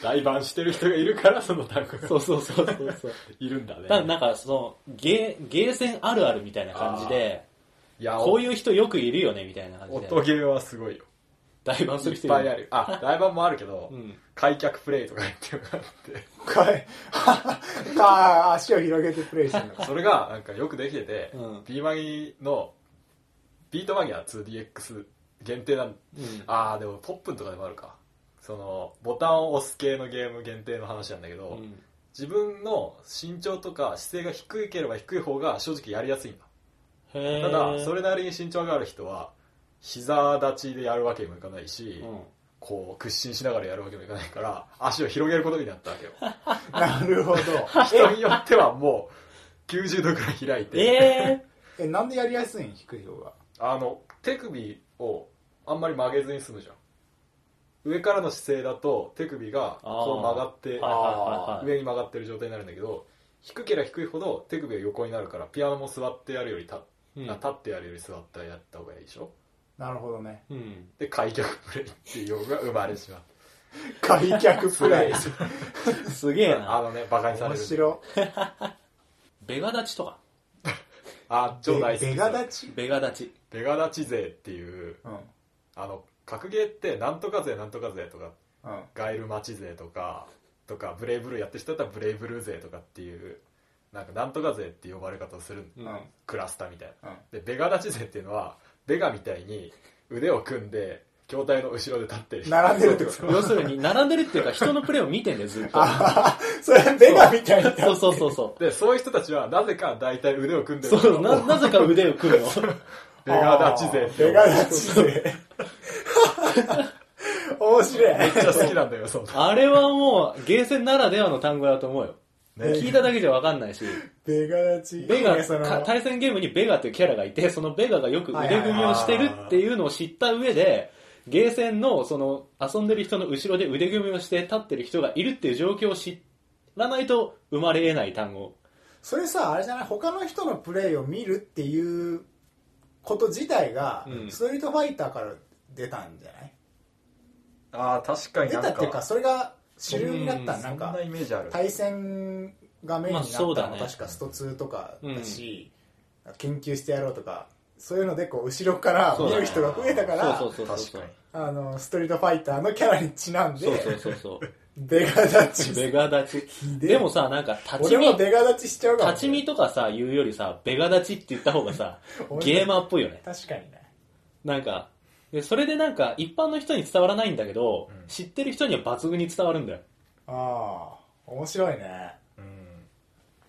S3: 大番してる人がいるから その単語が
S2: そうそうそうそうそう。
S3: いるんだね
S2: ただなんか、その、ゲー、ゲーセンあるあるみたいな感じで、
S3: いや
S2: こういう人よくいるよね、みたいな感じで。
S3: 音ゲーはすごいよ
S2: 台盤す
S3: い
S2: る
S3: っ
S2: 人
S3: ぱい
S2: る
S3: あるあ大番もあるけど、
S2: うん
S3: 開脚プレイとか言っていうのがあって
S1: かい。か足を広げてプレイしてるのか。
S3: それがなんかよくできてて、
S2: うん
S3: B マギのビートマギア 2DX 限定なん
S2: うん。
S3: あーでもポップンとかでもあるかそのボタンを押す系のゲーム限定の話なんだけど、
S2: うん
S3: 自分の身長とか姿勢が低ければ低い方が正直やりやすいんだ
S2: へ
S3: た
S2: ー
S3: だそれなりに身長がある人は膝立ちでやるわけにもいかないし、
S2: うん。
S3: こう屈伸しながらやるわけにもいかないから足を広げることになったわけよ
S1: なるほど。
S3: 人によってはもう90度くらい開いて、
S2: え
S1: え、なんでやりやすいん低い方が。
S3: あの手首をあんまり曲げずに済むじゃん上からの姿勢だと手首がこう曲がって
S2: あーはいはいはいはい
S3: 上に曲がってる状態になるんだけど低ければ低いほど手首が横になるからピアノも座ってやるより立,、
S2: う
S3: あ立ってやるより座ってやった方がいいでしょ
S1: なるほどね。
S2: うん。
S3: で開脚プレイっていう用語が生まれてしまう
S1: 開脚プレイ。
S2: すげえ
S3: あ
S2: な。
S3: のねバカにされ
S1: 面
S3: る
S1: 白。
S2: ベガ立ちとか。
S3: あ超大好き
S1: ベガ立ち
S2: ベガ立ち。
S3: ベガ立ち勢っていう
S1: うん。うん。
S3: あの格ゲーってなんとか勢なんとか勢とか
S1: あ
S3: ガイルマチ勢とかとかブレイブルーやってる人だったらブレイブルー勢とかっていうなんかなんとか勢って呼ばれ方をする
S2: うんん。
S3: クラスターみたいな
S1: うん
S3: でベガ立ち勢っていうのはベガみたいに腕を組んで筐体の後ろで立ってる
S1: 並んでるってこと
S2: 要するに、並んでるっていうか、人のプレーを見てんだよ、ずっと。
S1: それ、ベガみたいな。
S2: そうそうそうそ
S3: でそういう人たちはなぜか大体腕を組ん
S2: う。
S3: でる
S2: そう、
S3: の
S2: な、なぜか腕を組むの。
S3: ベガ立ち勢って
S1: ベガ立ち
S3: め
S1: 勢。面白い。
S3: っちゃ好きなんだよその
S2: あれはもう、ゲーセンならではの単語だと思うよ。聞いただけじゃわかんないし、
S1: ベガ立ち。
S2: ベガ、
S1: ねその
S2: か対戦ゲームにベガっていうキャラがいて、そのベガがよく腕組みをしてるっていうのを知った上で、ゲーセンの、その、遊んでる人の後ろで腕組みをして立ってる人がいるっていう状況を知らないと生まれ得ない単語。
S1: それさ、あれじゃない他の人のプレイを見るっていうこと自体が、
S2: うん
S1: ストリートファイターから出たんじゃない
S3: ああ確か
S1: 出たっていうか、それが主流になった、
S2: うん
S1: なんか。
S3: イメージある
S1: 対戦画面になった
S2: まあそう
S1: の
S2: だ
S1: も
S2: ね
S1: 確かスト2とかだし、研究してやろうとかそういうのでこう後ろから見る人が増えたから、
S2: そうそうそう
S3: 確
S2: そ
S3: か
S2: う
S3: に。
S1: あのストリートファイターのキャラにちなんで
S2: そうそうそうそ
S1: ベガ立ち
S2: う。ベガ立ち。
S1: で
S2: でもさ、なんか、立ち
S1: 俺も
S2: 見、立
S1: ベガ立ちしちゃうかも
S2: ち見とかさ、言うよりさ、ベガ立ちって言った方 がさ、ゲーマーっぽいよね。
S1: 確かにね
S2: なんか、でそれでなんか、一般の人に伝わらないんだけど、知ってる人には抜群に伝わるんだよ。
S1: ああ面白いね
S3: うん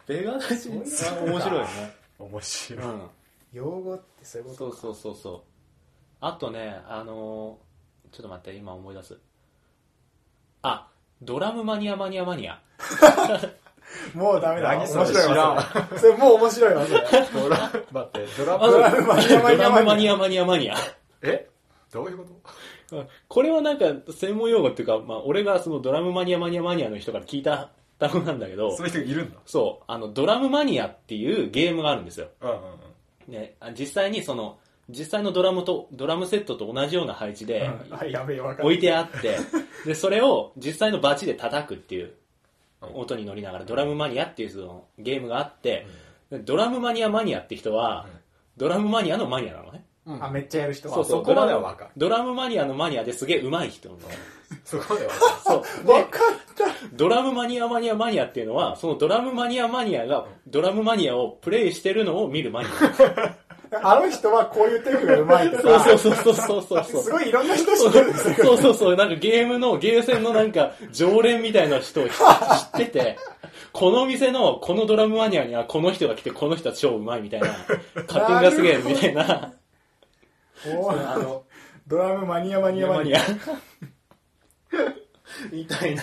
S2: ベガ立ち、面
S1: そう
S2: 白
S1: なんだ
S2: いよね。
S3: 面白
S2: う
S3: い
S2: ん。
S1: 用語ってそういうこと
S2: そうそうそうそう。あとね、あのーちょっと待って、今思い出す。あ、ドラムマニアマニアマニア。
S1: もうダメだ
S3: 何
S1: 面
S3: それ
S1: 白いわそれそれもう面白いわそれ
S3: ドラ待ってドラ
S1: ド
S3: ム
S1: ラムマニ
S2: ド
S1: アマニ
S2: ラム
S1: ア
S2: マ
S1: マニ
S2: ニアマニアマニア。
S3: えどういうこと
S2: これはなんか専門用語っていうか、まあ、俺がそのドラムマニアマニアマニアの人から聞いた単語なんだけど
S3: そ、ういう人いるんだ
S2: そう、あの、ドラムマニアっていうゲームがあるんですよ。
S3: うんうん
S2: ね、あ実際にその、実際のドラムと、ドラムセットと同じような配置で、
S1: アあやべえわか
S2: 置
S1: る
S2: いてあって、で、それを実際のバチで叩くっていう
S3: うん
S2: 音に乗りながら、ドラムマニアっていうそのゲームがあって、でドラムマニアマニアって人は、ドラムマニアのマニアなのね。
S3: うん
S1: あめっちゃやる人
S3: そうそうこまではわかる
S2: ドラムマニアのマニアですげえ上手い人なの。
S3: そこまでは
S2: そう。
S1: わかった
S2: ドラムマニアマニアマニアっていうのは、そのドラムマニアマニアが、ドラムマニアをプレイしてるのを見るマニア。
S1: あの人はこういうテープがうまいと
S2: そう
S1: か、
S2: そうそうそうそうそう。
S1: すごいいろんな人知ってるんですよ。
S2: そうそうそう、なんかゲームの、ゲーセンのなんか、常連みたいな人を知ってて、この店の、このドラムマニアにはこの人が来て、この人は超うまいみたいな、カッティングがすげえみたいな、
S1: おー
S3: あの
S1: ドラムマニアマニアマ
S2: マ
S1: ニ
S2: ニア
S1: ア。。
S2: みたいな。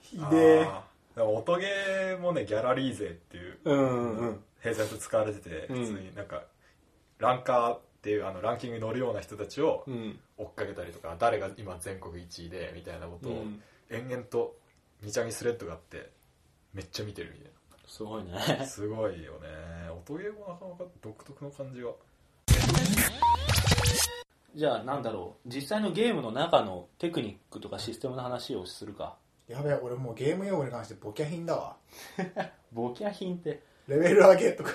S1: ひで
S3: あーでも音ゲーもねギャラリー勢っていう
S2: うんうんうん。
S3: 併設使われてて
S2: うん
S3: 普通になんかランカーっていうあのランキングに乗るような人たちを
S2: うん。
S3: 追っかけたりとか誰が今全国1位でみたいなこと
S2: う
S3: を
S2: ん
S3: 延々と2ちゃみスレッドがあってめっちゃ見てるみたい
S2: すごいね。
S3: なすごいよね音ゲーもなかなか独特の感じが
S2: じゃあなんだろう、実際のゲームの中のテクニックとかシステムの話をするか。
S1: ー。やべえ、俺もうゲーム用語に関してボキャ品だわ。
S2: ボキャ品って。
S1: レベル上げとか。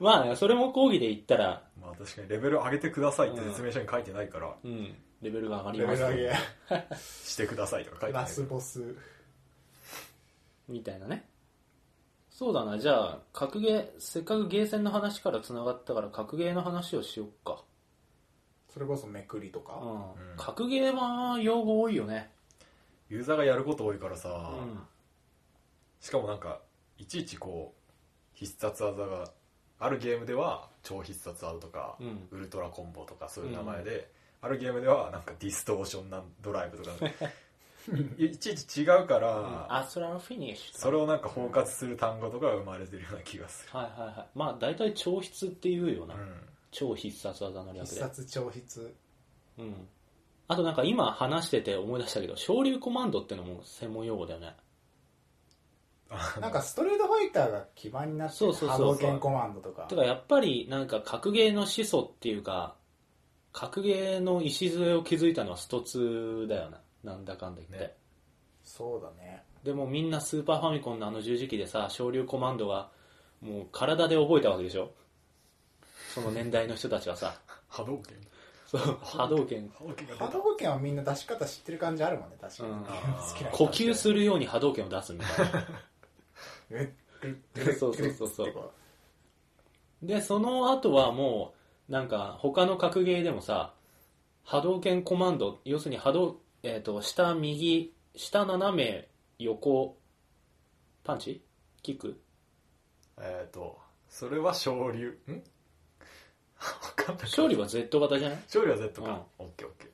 S2: まあね、それも講義で言ったら、
S3: まあ確かにレベル上げてくださいって説明書に書いてないから
S2: うん、レベルが上がり
S1: レベ
S2: ま
S1: ル
S2: すよ
S1: 上
S3: してくださいとか書い
S1: げ。
S3: てな
S1: ラ
S3: いか
S1: ス
S3: ら
S1: ボス。
S2: みたいなね。そうだな、じゃあ、格ゲー、せっかくゲーセンの話から繋がったから、格ゲーの話をしよっか。
S1: それこそめくりと
S2: う
S1: か。
S2: ん。格ゲーは用語多いよね。
S3: ユーザーがやること多いからさ
S2: うん。
S3: しかもなんかいちいちこう必殺技があるゲームでは超必殺技とか、
S2: うん
S3: ウルトラコンボとかそういう名前で、あるゲームではなんかディストーションなんドライブとか いいちいち違うから、
S2: アスラのフィニッシュと
S3: それをなんか包括する単語とかが生まれてるような気がする、
S2: か。はいはいはい。まあ、大体超筆っていうような。
S3: う
S2: 超必殺技の略
S1: 必
S2: で。
S1: 殺超筆。
S2: うん。あとなんか今話してて思い出したけど、昇竜コマンドってのも専門用語だよね。
S3: あの
S1: なんかストリートファイターが基盤になって
S2: そうそうそうそう
S1: 波動拳コマンドとか
S2: だからやっぱりなんか格ゲーの始祖っていうか格ゲーの礎を築いたのはスト2だよななんだかんだ言って、
S3: ね
S1: そうだね
S2: でもみんなスーパーファミコンのあの十字キーでさ昇竜コマンドがもう体で覚えたわけでしょその年代の人たちはさ
S3: 波動拳
S2: そう波動拳
S3: 波動拳が出
S1: 波
S3: た
S1: 動拳はみんな出し方知ってる感じあるもんね確かに、
S2: うん
S1: 好きな人
S2: 呼吸するように波動拳を出すみたいな
S1: えっ
S2: そうそうそうそう
S1: ってこ
S2: でその後はもうなんか他の格ゲーでもさ波動拳コマンド要するに波動、えー、と下右下斜め横パンチキック
S3: えっとそれは昇竜んわかんない
S2: 勝利は Z 型じゃないっ
S3: 勝利は Z か、オッケーオッケー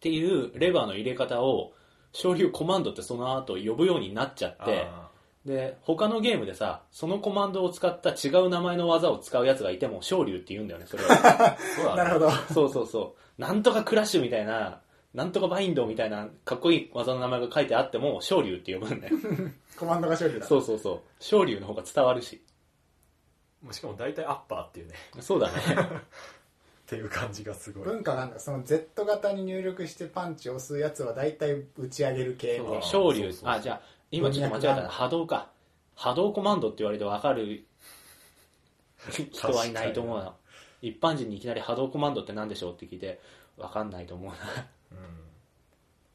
S2: ていうレバーの入れ方を昇竜コマンドってその後呼ぶようになっちゃって
S3: あ
S2: で他のゲームでさそのコマンドを使った違う名前の技を使うやつがいても昇竜って言うんだよねそれは
S3: ーそう
S1: と
S3: だね
S1: なるほど
S2: そうそうそう。なんとかクラッシュみたいな、なんとかバインドみたいな、かっこいい技の名前が書いてあっても、昇竜って呼ぶんだよ。
S1: コマンドが勝利だ
S2: そうそうそう。昇竜の方が伝わるし。
S3: もうしかも大体アッパーっていうね
S2: そうだね。
S3: っていう感じがすごい
S1: 文化なんかその Z 型に入力してパンチ押すやつは大体打ち上げる系みたいな
S2: 昇
S3: そう
S2: 竜
S3: そう。そう
S2: あ、じゃあ、今ちょっと間違えたな。波動か。波動コマンドって言われてわかる人はいないと思うな。一般人にいきなり波動コマンドって何でしょうって聞いて、わかんないと思うな。
S3: うん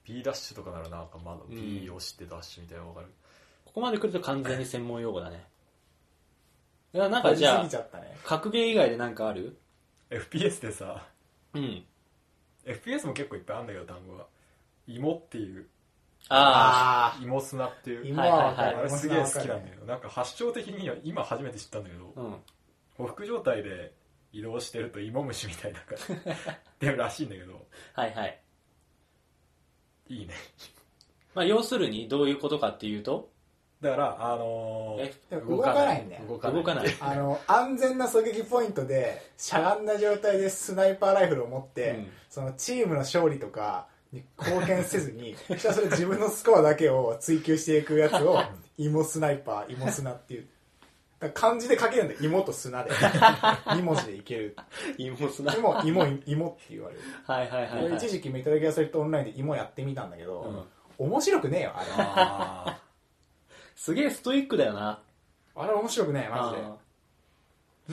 S3: B ダッシュとかならなんかまだ
S2: ん
S3: B 押してダッシュみたいなの分かる、
S2: ここまで来ると完全に専門用語だね。だからなん
S1: 通
S2: か
S1: り
S2: じ
S1: 過
S2: ゃ
S1: ぎち
S2: あ、
S1: ゃったね
S2: 格ゲー以外でなんかある
S3: FPS でさ
S2: うん。
S3: FPS も結構いっぱいあるんだけど単語が芋っていう
S2: ああ。
S3: 芋砂っていう
S1: 今は分
S2: は
S1: か
S2: い
S1: る
S3: あれすげえ好きなん
S1: だ
S3: だけどなんか発祥的には今初めて知ったんだけど
S2: うん。
S3: 匍匐状態で移動してると芋虫みたいだから っていうらしいんだけど
S2: はいはい。
S3: いいね
S2: まあ、要するにどういうことかっていうと、
S3: だからあのー
S2: え
S1: でも動かないんだよ
S3: 動かない
S2: 動かない。
S1: あの安全な狙撃ポイントでしゃがんだ状態でスナイパーライフルを持って、
S2: うん
S1: そのチームの勝利とかに貢献せずにひたすら自分のスコアだけを追求していくやつ を「芋スナイパー」「芋砂」っていうだから漢字で書けるんだよ芋と砂 で2文字でいける
S2: 芋砂。
S1: で
S2: はい
S1: も芋芋って言われる
S2: はいはい、
S1: 俺
S2: はい。
S1: 一時期メタルギアソリッドオンラインで芋やってみたんだけど、面白くねえよあれ
S3: あ
S2: すげえストイックだよな。
S1: あれ面白くねえマジで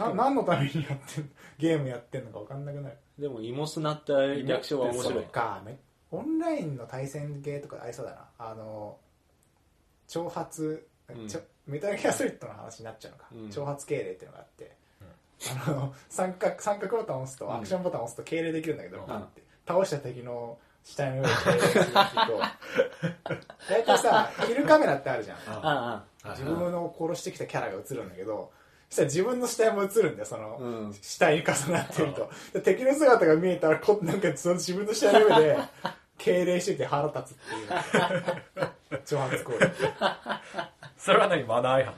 S2: あ
S1: な何のためにやってんのゲームやってんのか分かんなくなる
S2: ーでも、芋砂って略称は面
S3: そ
S2: 白
S3: う
S2: い
S3: 芋。
S1: かめオンラインの対戦ゲーとかありそうだなあの挑発、
S2: うん
S1: ちょメタルギアソリッドの話になっちゃうのか、
S2: うん
S1: 挑発敬礼っていうのがあって、あの三角三角ボタンを押すと、
S2: うん
S1: アクションボタンを押すと敬礼できるんだけど、
S2: ん
S1: パンって倒した敵の死体の上 で敬礼すると大体さキルカメラってあるじゃん
S3: ー
S2: あ
S3: あ
S1: 自分を殺してきたキャラが映るんだけどそしたら自分の死体も映るんだよその、
S2: うん
S1: 死体に重なってるとで敵の姿が見えたらこなんかその自分の死体の上で敬礼してて腹立つっていう挑発行為
S3: それは何マナー違反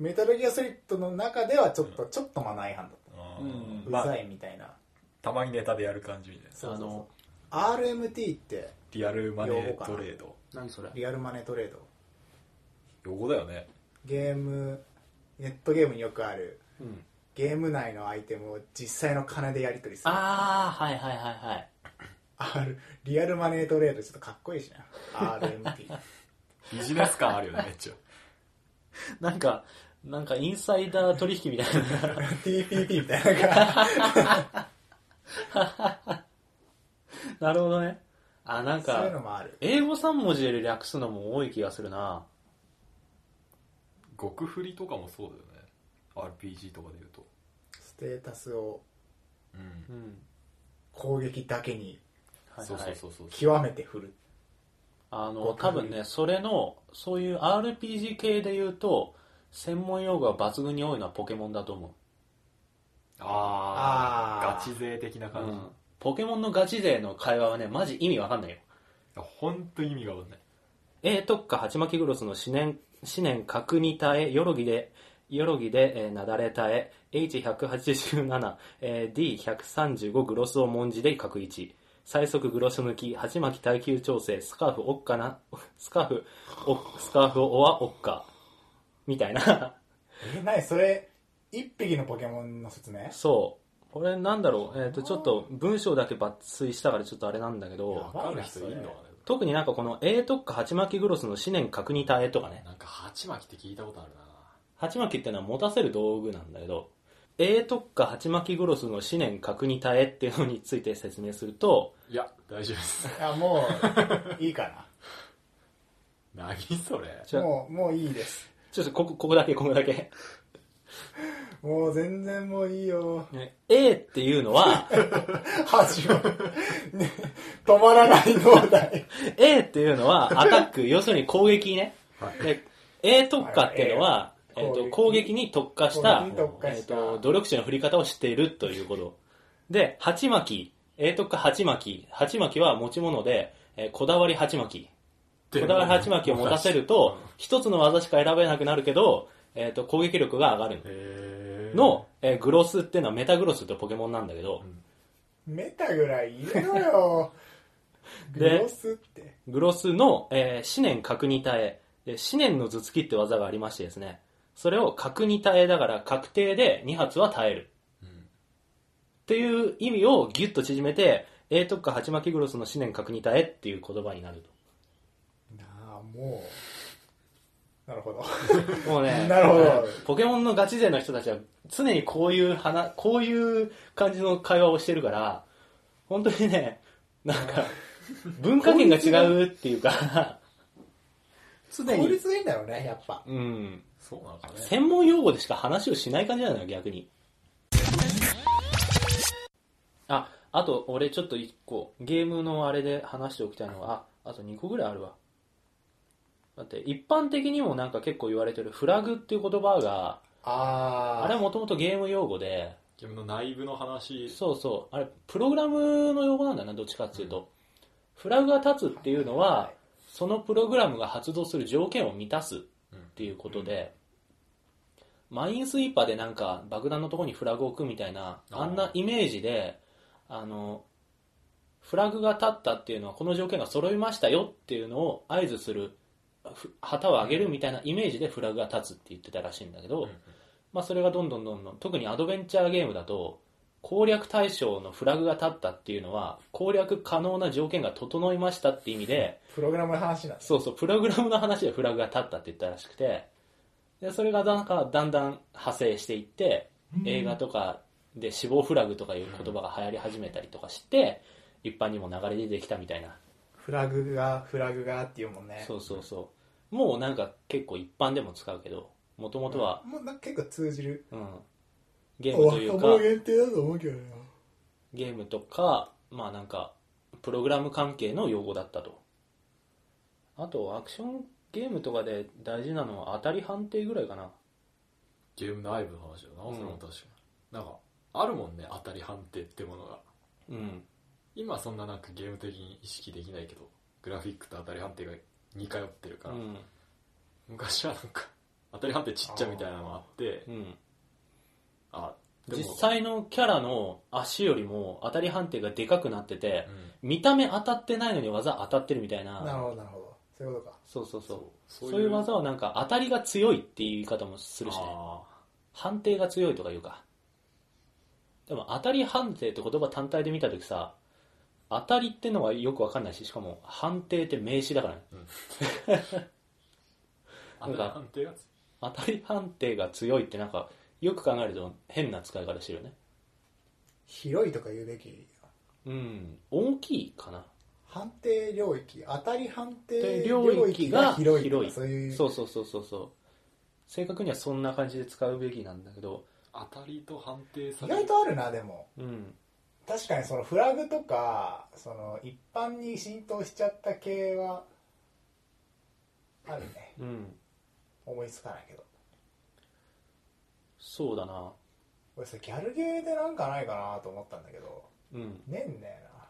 S1: メタルギアソリッドの中ではちょっと、ちょっとマナー違反だっ
S3: あ
S2: う
S3: ー
S2: ん
S1: た、
S3: ま
S1: うざ
S3: あ
S1: いみたいな
S3: たまにネタでやる感じみたいな
S2: ああの、
S1: RMT って
S3: リアルマネートレード
S2: 何それ
S1: リアルマネートレード
S3: 用語だよね
S1: ゲームネットゲームによくある
S2: うん。
S1: ゲーム内のアイテムを実際の金でやり取りする
S2: ああ、はいはいはいはい。
S1: R リアルマネートレードちょっとかっこいいしな RMT
S3: ビジネス感あるよねめっちゃ
S2: なんか、なんかインサイダー取引みたいな。
S1: TPP みたいなのが
S2: なるほどね。あ、なん
S1: そういうの
S2: か、
S1: もある
S2: 英語3文字で略すのも多い気がするな。
S3: 極振りとかもそうだよね RPG とかで言うと
S1: ステータスを
S3: うん
S2: うん。
S1: 攻撃だけに
S2: はいはい、
S3: そうそうそうそう
S1: 極めて振る
S2: あ
S1: ご
S2: の、
S1: 確認
S2: 多分ね、それの、そういう RPG 系で言うと、専門用語が抜群に多いのはポケモンだと思
S3: ああ
S1: あー
S3: ガチ勢的な
S2: う。う
S3: 感じ、
S2: ん。ポケモンのガチ勢の会話はね、マジ意味わかんないよ。
S3: 本当意味が分かんない
S2: A 特化鉢巻きグロスの思念、思念角に耐え、よろぎで、よろぎで、えーなだれ耐え、H187、えー D135 グロスを文字で角1。最速グロショ抜き、鉢巻き耐久調整、スカーフおっかな、スカーフ、おスカーフをおわおっか、みたいな。
S1: え、なにそれ、一匹のポケモンの説明
S2: そう。これなんだろう、えっ、と、ちょっと文章だけ抜粋したからちょっとあれなんだけど、
S3: わかる人いんのか
S2: 特になんかこの A 特化鉢巻きグロスの思念確認体とかね
S3: な、なんか鉢巻きって聞いたことあるな
S2: 鉢巻きってのは持たせる道具なんだけど A 特化鉢巻きグロスの思念確に耐えっていうのについて説明すると
S3: いや大丈夫です
S1: あ、も う、いいか
S3: 何それ
S2: ち
S1: な。
S2: ょ
S1: もう、もういいです。
S2: ちょっとここここだけここだけ、
S1: もう全然もういいよ。
S2: ね A っていうのは
S1: 始まる。 ね、止まらない脳内。
S2: A っていうのはアタッ ク要するに攻撃ね、
S3: はい
S2: で A 特化っていうのは、
S1: はい
S2: えっと攻
S1: 攻
S2: 撃
S1: 撃
S2: に特化した
S1: 攻撃に特化した
S2: えっと努力値の振り方をしているということで鉢巻き A 特化鉢巻き鉢巻きは持ち物で、えーこだわり鉢巻きこだわり鉢巻きを持たせると、一つの技しか選べなくなるけど、えっ、と、攻撃力が上がるの。
S3: へー
S2: の、えーグロスっていうのはメタグロスってポケモンなんだけど、
S1: メタぐらい入れろよ。グ
S2: で
S1: ロスって。
S2: グロスの、えー、思念角二体。で、思念の頭突きって技がありましてですね、それを角二体だから確定で2発は耐える。っていう意味をギュッと縮めて、A 特化鉢巻きグロスの思念角二体っていう言葉になる
S1: なあ、もう。なるほど。
S2: と。もう ね、
S1: なるほど
S2: あのポケモンのガチ勢の人たちは常にこういう話、こういう感じの会話をしてるから、本当にね、なんか、文化圏が違うっていうか、常
S1: 効
S2: に、
S1: 率がいいんだ ろうね、やっぱ。
S2: うん、
S3: そうなのかね
S2: 専門用語でしか話をしない感じなのよ、逆に。あ、あと、俺ちょっと一個、ゲームのあれで話しておきたいのは、あ、あと2個ぐらいあるわ。だって、一般的にもなんか結構言われてるフラグっていう言葉が、
S1: あ
S2: あれはもともとゲーム用語で、
S3: ゲームの内部の話
S2: そうそう、あれ、プログラムの用語なんだよな、どっちかっていうと。フラグが立つっていうのは、そのプログラムが発動する条件を満たすっていうことで、マインスイーパーでなんか爆弾のところにフラグを置くみたいな、
S3: あー
S2: あんなイメージで、あの、フラグが立ったっていうのは、この条件が揃いましたよっていうのを合図する、ふ旗を上げるみたいなイメージでフラグが立つって言ってたらしいんだけど、
S3: んうん
S2: まあ、それがどんどんどんどん特にアドベンチャーゲームだと攻略対象のフラグが立ったっていうのは攻略可能な条件が整いましたって意味で
S1: プログラムの話なんです。
S2: そうそうプログラムの話でフラグが立ったって言ったらしくてでそれがなんかだんだん派生していって映画とかで死亡フラグとかいう言葉が流行り始めたりとかして一般にも流れ出てきたみたいな
S1: フラグが、フラグがっていうもんね。
S2: そうそうそうもうなんか結構一般でも使うけどもともとは、
S1: もうなんか結構通じる。
S2: うん、ゲームというか
S1: 限定だと思うけどな。
S2: ゲームとか、まあなんか、プログラム関係の用語だったと。あと、アクションゲームとかで大事なのは当たり判定ぐらいかな。
S3: ゲーム内部の話だな、
S2: うん
S3: それも確かになんかあるもんね当たり判定ってものが
S2: うん。
S3: 今そんななんかゲーム的に意識できないけどグラフィックと当たり判定が似通ってる
S2: う
S3: から、
S2: ん。
S3: 昔はなんか当たり判定ちっちゃみたいなのもあって
S2: うん。
S3: あでも
S2: 実際のキャラの足よりも当たり判定がでかくなってて、
S3: うん
S2: 見た目当たってないのに技当たってるみたいな。
S1: なるほど、なるほど。そういうことか。
S2: そうそうそう。
S3: そ
S2: そうう
S3: そういう
S2: いう技はなんか当たりが強いっていう言い方もするしね。
S3: あ
S2: 判定が強いとか言うかでも当たり判定って言葉単体で見た時さ当たりってのはよくわかんないししかも判定って名詞だからね
S3: ー当たり判定がつ
S2: 当たり判定が強いってなんかよく考えると変な使い方してるよね
S1: 広いとか言うべき。
S2: うん大きいかな
S1: 判定領域、当たり判定
S2: で領域が広
S1: 広
S2: い
S1: いとか。そういう。
S2: そうそうそうそうそう正確にはそんな感じで使うべきなんだけど
S3: 当たりと判定さ
S1: 意
S3: れる
S1: 外とあるな、でも。
S2: うん
S1: 確かにそのフラグとか、その一般に浸透しちゃった系は、あるね。
S2: うん
S1: 思いつかないけど。
S2: そうだな
S1: 俺それギャルゲーでなんかないかなと思ったんだけど、
S2: うん、
S1: ねえんだよな。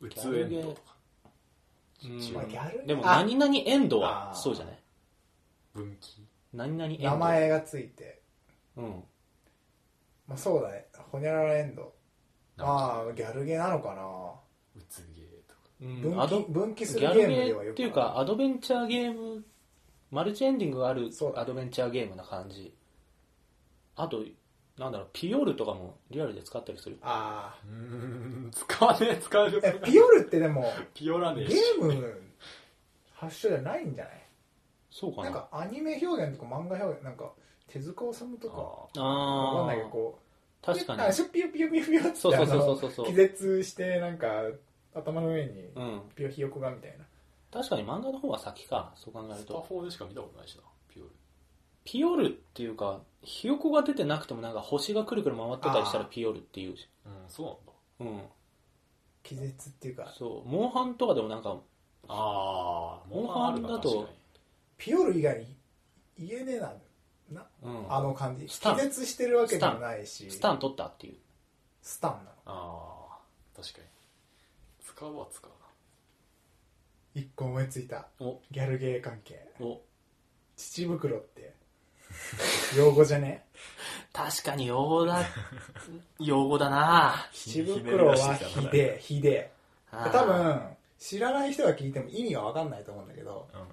S3: うつエンドとか
S2: うん
S1: まあギャル
S2: でも
S1: あ
S2: 何々エンドは
S1: あー
S2: そうじゃない
S3: 分岐
S2: 何々エンド
S1: 名前がついて。
S2: うん
S1: まあそうだね。ほにゃららエンド。まあ、ギャルゲーなのかな。
S3: ううつゲーとか。
S2: うん、
S1: 分
S2: アド
S1: 岐分岐す
S2: ギ
S1: る
S2: ャ
S1: ゲ
S2: ル
S1: ーム
S2: ゲ
S1: ではよく
S2: ーっていうかアドベンチャーゲームマルチエンディングがある
S1: そうだね
S2: アドベンチャーゲームな感じあとなんだろうピオールとかもリアルで使ったりする
S1: あ
S3: うーん、使わねえ、使わね
S1: あえ
S3: え。
S1: ピオルってで も
S3: ピオラ
S1: ゲ
S3: ねえし。
S1: ーム発祥じゃないんじゃない
S2: そうか
S1: な
S2: なん
S1: かアニメ表現とか漫画表現なんか手塚治虫とか
S3: あ
S1: わかん
S2: あ
S1: ないけど
S2: あ
S1: こう
S2: 確かに
S1: あシュッピヨピヨピヨピヨって
S2: そうそうそうそう
S1: あ
S2: そうそう
S1: の気絶してなんか頭の上に
S2: うん
S1: ピヨヒヨコがみたいな
S2: 確かに漫画の方は先かそう考
S3: ー
S2: える
S3: スパ
S2: と
S3: 4でしか見たことないしな、ピオル。
S2: ピオールっていうかひよこが出てなくてもなんか星がくるくる回ってたりしたら
S1: あー
S2: ピオールっていうし
S3: うん、そうなんだ。
S2: うん
S1: 気絶っていうか
S2: そうモンハンとかでもなんか
S3: ああ、
S2: モンハンだと
S3: モンハンあるな確かに
S1: ピオル以外に言えねえなな
S2: うん
S1: あの感じ
S2: スタン
S1: 気絶してるわけでもないし
S2: スタン取ったっていう
S1: スタンなの
S3: ああ、確かに。使うは使う
S1: 一個思いついた
S2: お
S1: ギャルゲー関係
S2: お
S1: 乳袋って用語じゃね
S2: 確かに用語だ用語だな
S1: 乳袋は
S3: ひ
S1: ひでえひでえ多
S2: あ
S1: 分知らない人が聞いても意味が分かんないと思うんだけど
S3: な。うん。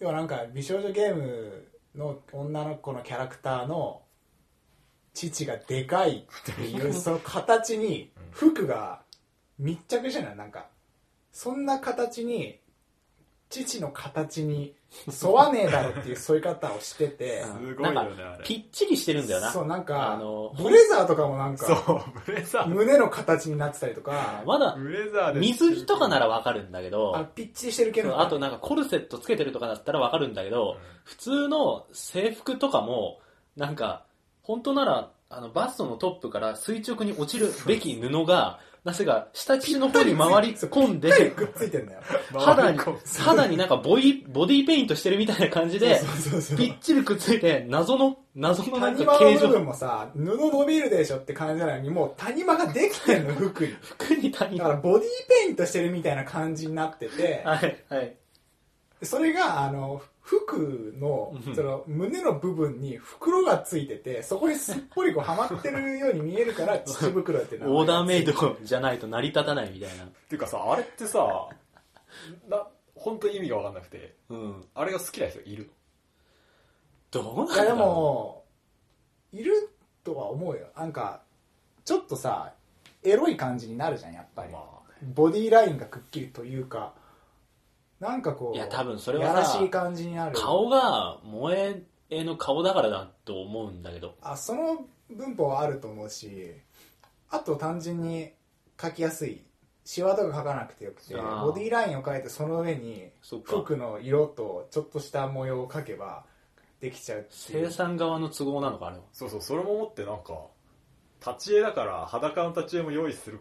S1: 要はなんか美少女ゲームの女の子のキャラクターの父がでかいっていうその形に服が密着してないなんかそんな形に父の形に沿わねえだろっていう添い方をして て
S2: ー
S3: すごいよね
S2: なんか
S3: あれ
S2: ぴっちりしてるんだよな
S1: そうなんか
S2: あの
S1: ブレザーとかもなんか
S3: そう、ブレザー。
S1: 胸の形になってたりとか
S2: まだ
S3: ブレザーで。
S2: 水着とかな
S3: ら。
S2: らわかるんだけ
S1: あの
S2: ど
S1: ピッチリしてるけ
S2: そう
S1: ど
S2: あとなんかコルセットつけてるとかだったらわかるんだけど、普通の制服とかもなんか本当ならあのバストのトップから垂直に落ちるべき布がなぜか下地の方に回り込ん
S1: ぴったり
S2: で
S1: くっついてんだよ
S2: 肌に
S3: 回り込む
S2: 肌になんかボイボディーペイントしてるみたいな感じで
S1: そうそうそうそう
S2: ぴっちりくっついて謎の謎のなん
S1: 谷
S2: か
S1: 間の
S2: 形
S1: 部
S2: 状
S1: 分もさ、布伸びるでしょって感じなのに、もう谷間ができてんの、服 に。
S2: 服に谷
S1: だか
S2: 間
S1: らボディーペイントしてるみたいな感じになってて、
S2: はいはい
S1: それが、あの、服の
S2: う、ん
S1: その、胸の部分に袋がついてて、そこにすっぽりこうはまってるように見える から、乳袋って名前
S2: オーダーメイドじゃないと成り立たないみたいな
S3: っていうかさ、あれってさ、な、本当に意味がわかんなくて、
S2: うん
S3: あれが好きな人いる
S2: どうなん
S1: いや
S2: だ
S1: で
S2: ろ
S1: も、いるとは思うよ。なんか、ちょっとさ、エロい感じになるじゃん、やっぱり。
S3: まあ、
S1: ボディラインがくっきりというか、なんかこう、
S2: いや多分それはさ
S1: やらしい感じにな
S2: う
S1: る。
S2: 顔が萌え絵の顔だからだと思うんだけど
S1: あ、その文法はあると思うし、あと単純に書きやすい。シワとか書かなくてよくて、
S2: あー
S1: ボディラインを書いてその上に
S2: そっか
S1: 服の色とちょっとした模様を書けばできちゃうってい
S2: 生
S1: う。
S2: 産側の都合なのかあれは
S3: そうそう、それも思ってなんか、立ち絵だから裸の立ち絵も用意する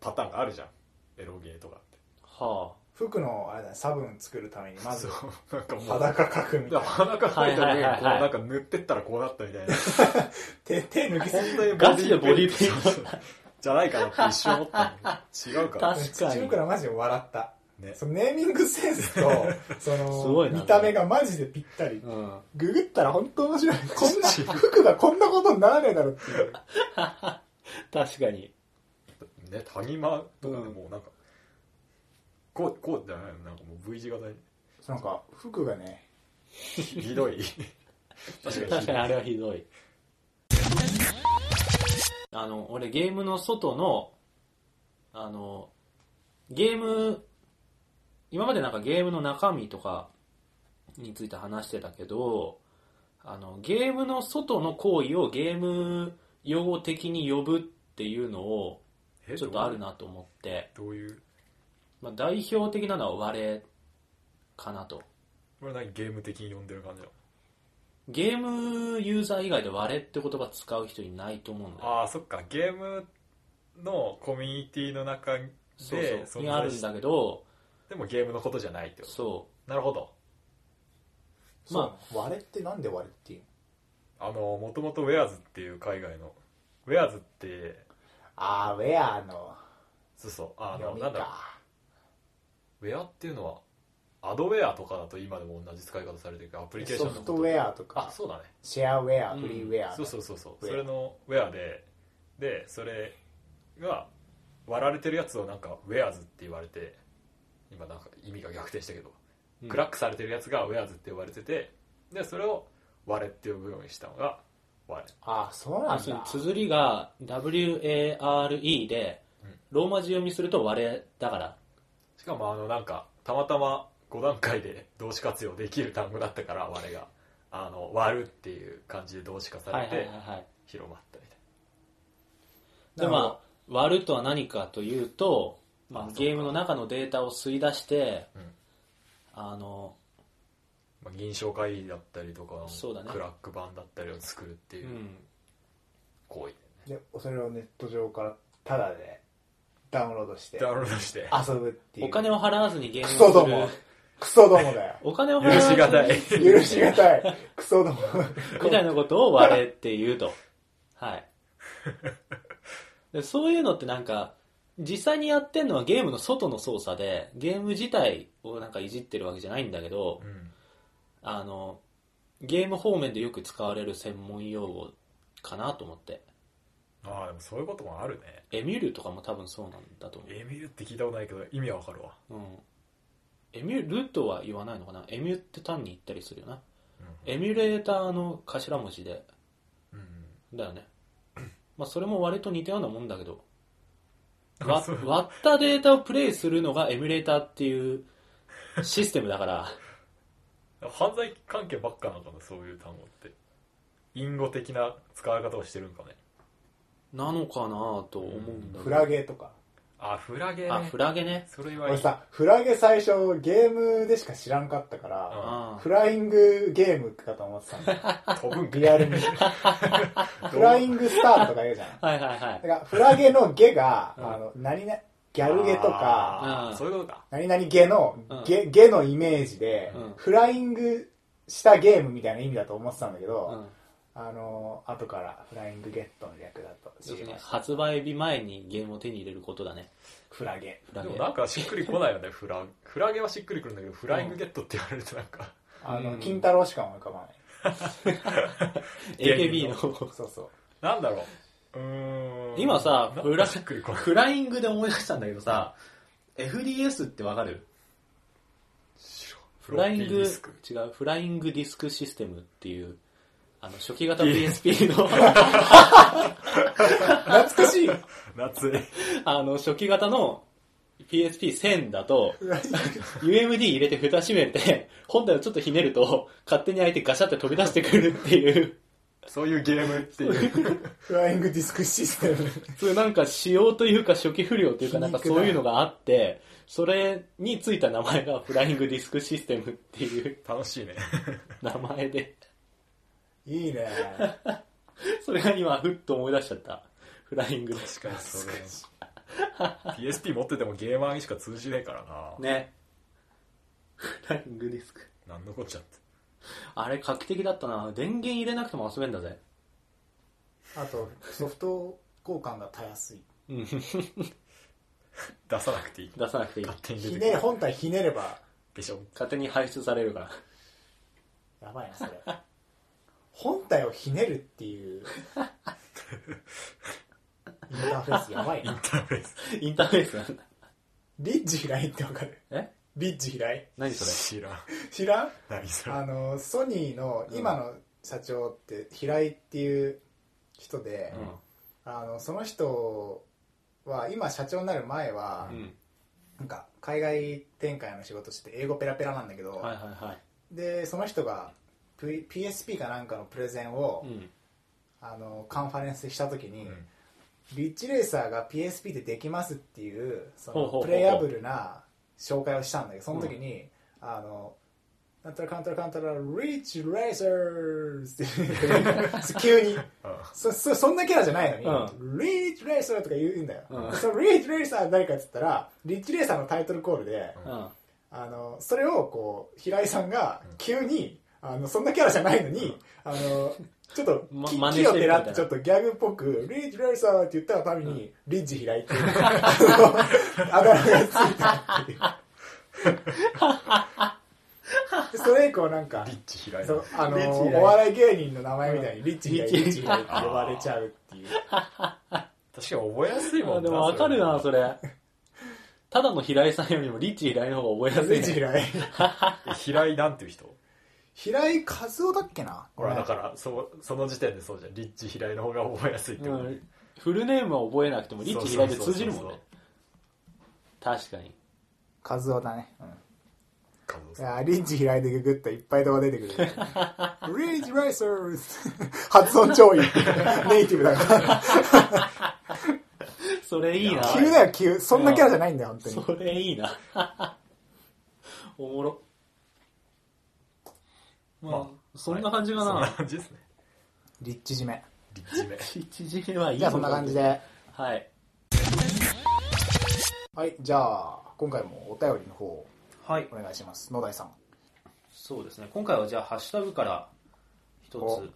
S3: パターンがあるじゃん。エロゲーとかって。
S2: は
S1: 服のあれだ、ね、差分作るためにまず
S3: そう、なんかもう、
S1: 裸描くみたい
S3: だ
S1: な。
S3: から裸描いた上にこ
S2: は
S3: う
S2: いはいはいはい
S3: なんか塗ってったらこうなったみたいな。
S1: 手、手抜きすぎ
S3: 本当にボ
S2: ガチでボディ
S3: ペイント
S2: ペイント
S3: そうそうじゃないかなって一瞬思ったの。違うから。
S2: 確かに
S1: 土袋マジで笑った。
S3: ね。
S1: そのネーミングセン スと、そ
S2: すご
S1: の、
S2: いな
S1: 見た目がマジでぴったり
S2: あ、。うん、
S1: ググったら本当面白い。こんな、服がこんなことにならねえだろっていう。
S2: 確かに
S3: ね、谷間とかで
S2: うん
S3: もうなんか、こう、こうじゃないのなんかもう V 字型に。
S1: なんか、服がね、
S3: ひどい。 確か
S2: 確
S3: にひど
S2: か
S3: い
S2: に。あれはひどいあの俺ゲームの外のあのゲーム今までなんかゲームの中身とかについて話してたけどあのゲームの外の行為をゲーム用語的に呼ぶっていうのを
S3: え
S2: ちょっとある。なと思って、
S3: どういう、
S2: まあ、代表的なのは「割れ」かなと
S3: これ何ゲーム的に呼んでる感じなの
S2: ゲームユーザー以外で割れって言葉使う人いないと思うんだよ。
S3: ああ、そっか、ゲームのコミュニティの中で、
S2: そうそう。にあるん
S3: し
S2: だけど、
S3: でもゲームのことじゃないってこ
S2: そ
S3: と。なるほど。
S1: まあ、割れってなんで割れっていう
S3: あの、もともとウェアーズっていう海外の、ウェアーズって、
S1: あー、ウェアの
S3: そうそう、あ
S1: 読
S3: の、
S1: み
S3: なんだろう
S1: か。
S3: ウェアっていうのはアドウェアとかだと今でも同じ使い方されてるけどアプリケーション
S1: ソ
S3: の
S1: フ
S3: こと
S1: トウェアと
S3: あ
S1: か、
S3: そうだね
S1: シェアウェア、
S2: うん
S1: フリーウェア。
S3: そうそうそうそう
S1: ウェア
S3: それのウェアででそれが割られてるやつをなんかウェアズって言われて今なんか意味が逆転したけど、
S2: うん
S3: クラックされてるやつがウェアズって呼ばれててでそれを割れって呼ぶようにしたのが割れ
S1: あそうな
S2: あ
S1: ん
S2: その
S1: だ
S2: 綴りが WARE で
S3: うん
S2: ローマ字読みすると割れだから
S3: しかもあのなんかたまたま5段階で動詞活用できる単語だったから割れがあの割るっていう感じで動詞化さ
S2: は
S3: れ
S2: いはいはい
S3: て
S2: はい
S3: 広まったみたい
S2: で
S1: なるほ
S2: まあ割るとは何かというと、ま
S3: あ
S2: あ
S3: そう、か
S2: ゲームの中のデータを吸い出して、
S3: な、うん
S2: あの
S3: まあ、銀賞会議だったりとかの
S2: そうだね
S3: クラック版だったりを作るっていううん行為だよね
S1: でそれをネット上からタダでダウンロードして
S3: ダウンロードして
S1: 遊ぶっていう
S2: お金を払わずにゲ
S1: ク
S2: ーム
S1: ソど
S2: を
S1: も
S2: する
S1: クソどもだよ
S2: お金を払
S3: 許
S2: わず
S3: し
S2: に
S3: がたい
S1: 許し がたいクソども
S2: みたいなことを割れって言うと。はい。でそういうのってなんか、実際にやってんのはゲームの外の操作で、ゲーム自体をなんかいじってるわけじゃないんだけど
S3: う、ん
S2: あの、ゲーム方面でよく使われる専門用語かなと思って。
S3: ああでもそういうこともあるね
S2: エミュルとかも多分そうなんだと思
S3: エミューって聞いたことないけど意味はわかるわ
S2: う。うん。エミュルとは言わないのかなエミュって単に言ったりするよな。エミュレーターの頭文字で、
S3: うん、うん
S2: だよね。まあ、それも割と似たようなもんだけど、
S3: あ
S2: わ
S3: そう
S2: 割ったデータをプレイするのがエミュレーターっていうシステムだから、
S3: 犯罪関係ばっかなのかなそういう単語って隠語的な使い方をしてるんかね
S2: なのかなと思うんだけど
S1: フラゲとか
S3: あフラゲね
S2: あ、フラゲね。
S3: それはい
S1: 俺
S3: い
S1: さフラゲ最初ゲームでしか知らんかったから、
S2: あ
S1: フライングゲームかと思ってたんだよ
S3: 飛ぶんか
S1: リア ルにフライングスターとか言うじゃん
S2: あはいはいは
S1: だ
S2: い。
S1: からフラゲのゲが、
S2: うん
S1: あの何々ギャルゲとか
S3: あー
S2: うん
S3: そういうことか
S1: 何々ゲの、
S2: うん
S1: ゲ、ゲのイメージで、
S2: うん
S1: フライングしたゲームみたいな意味だと思ってたんだけ
S2: う
S1: ど、
S2: ん、
S1: あの、後からフライングゲットの略だと
S2: 要
S1: 知
S2: す
S1: り
S2: るに
S1: ました。
S2: 発売日前にゲームを手に入れることだね。
S1: フラゲ。
S2: フラ
S3: で
S2: ゲ
S3: も。なんかしっくりこないよねフラフラゲはしっくりくるんだけどフライングゲットって言われるとなんか
S1: あの、
S2: うん
S1: 金太郎しか思い浮かばない。
S2: AKB
S3: 芸人
S2: の。
S1: そうそう。
S3: なんだろううーん
S2: 今さ
S3: なんか
S2: フラ
S3: しっくりこない
S2: フライングで思い出したんだけどさ、FDS ってわかるフライン
S3: フロッピー
S2: グ、
S3: ディスク
S2: 違う、フライングディスクシステムっていう、あの、初期型 PSP の、
S1: 懐かしい
S3: 夏い
S2: あの、初期型の PSP1000 だと、UMD 入れて蓋閉めて、本体をちょっとひねると、勝手に開いてガシャって飛び出してくるっていう、
S3: そういうゲームっていう
S1: フライングディスクシステム。
S2: そういうなんか仕様というか初期不良というかなんか
S1: 皮肉だ
S2: そういうのがあって、それについた名前がフライングディスクシステムっていう
S3: 楽しいね
S2: 名前で、
S1: いいね。
S2: それが今ふっと思い出しちゃった。フライング
S3: 確かにそれ PSP 持っててもゲーマーにしか通じねえからな、
S2: ね。フライングディスク。
S3: なんのこっちゃって
S2: あれ画期的だったな。電源入れなくても遊べんだぜ。
S1: あと、ソフト交換がたやすい。
S2: うん。
S3: 出さなくていい
S2: 出さなくていい。
S3: 勝手に出
S1: ひ
S3: て
S1: ね、本体ひねれば、
S3: でしょ
S2: 勝手に排出されるから。
S1: やばいな、それ。本体をひねるって いう、インターフェースやばい
S3: イン
S1: な。
S3: ターフェース
S2: インターフェースなんだ。
S1: リッジ開いってわかる
S2: え
S1: リッジ開い
S2: 何それ
S3: 知らん
S1: 知らん
S3: 何それ
S1: あのソニーの
S2: うん
S1: 今の社長って平井っていう人で、
S2: う
S1: あのその人は今社長になる前は、
S2: ん。うん。
S1: なんか海外展開の仕事して英語ペラペラなんだけど、
S2: はいはいはい。
S1: でその人が P- PSP かなんかのプレゼンを、
S2: うん。
S1: あのカンファレンスした時に、
S3: うん
S1: リッチレーサーが PSP でできますっていうそ
S2: ほうほう
S1: の
S2: ほうほう
S1: プレイアブルな紹介をしたんだけどその時に、あのなんたらかんたらかんたらリッチレーサー ズって急に
S3: あ
S1: そそそんなキャラじゃないのに、リッチレーサーとか言うんだよ、そのリッチレーサーは誰かって言ったらリッチレーサーのタイトルコールで、
S2: うん。
S1: あのそれをこう平井さんが急に、あのそんなキャラじゃないのに、あのちょっと
S2: ま
S1: き
S2: 真似
S1: 木
S2: し
S1: を
S2: て
S1: て
S2: るみたい
S1: らっ
S2: な
S1: てちょっとギャグっぽく「リッジ・レイサー」って言ったがために、リッジ平井 っていうあだ名がついたっていうでそれ以降なんか
S3: リッチ平井
S1: そうあの
S2: リッチ平井
S1: お笑い芸人の名前みたいにリッチ平井
S2: リ
S1: リ
S2: ッチ
S1: ッチ平井って呼ばれちゃうっていう
S3: 確かに覚えやすいもん
S2: あでもわかるな、
S3: そ
S2: それ。ただの平井さんよりもリッチ平井の方が覚えやすいね。
S1: 平井。
S3: れえ平井なんていう人
S1: 平井和夫だっけな
S3: ほらだからそその時点でそうじゃんリッチ平井の方が覚えやすいって
S2: う
S3: こと、
S2: ん。フルネームは覚えなくても、リッチ平井で通じるも
S3: そ
S2: ん
S3: うそう
S2: ね。確かに。
S1: 和夫だね。うん。
S3: そうそう
S1: い
S3: そう
S1: やーリンチ開いてググったらいっぱい動画出てくる。リンチライサー ズ発音超いい。ネイティブだから。
S2: それいいな。
S1: 急だよ、急。そんなキャラじゃないんだよ、本当に。
S2: それいいな。おもろ。まあ、
S3: まあ
S2: そんな感じか
S3: そんな
S2: な。
S3: 感じですね
S1: リッチ締め。
S3: リッチめ
S2: 一時目はいい
S1: じゃあそんな感じ。で。
S2: はい。
S1: はい、じゃあ、今回もお便りの方お
S2: はい。
S1: 願いします。野田井さん。
S2: そうですね。今回はじゃあ、ハッシュタグから一
S1: お
S2: つ。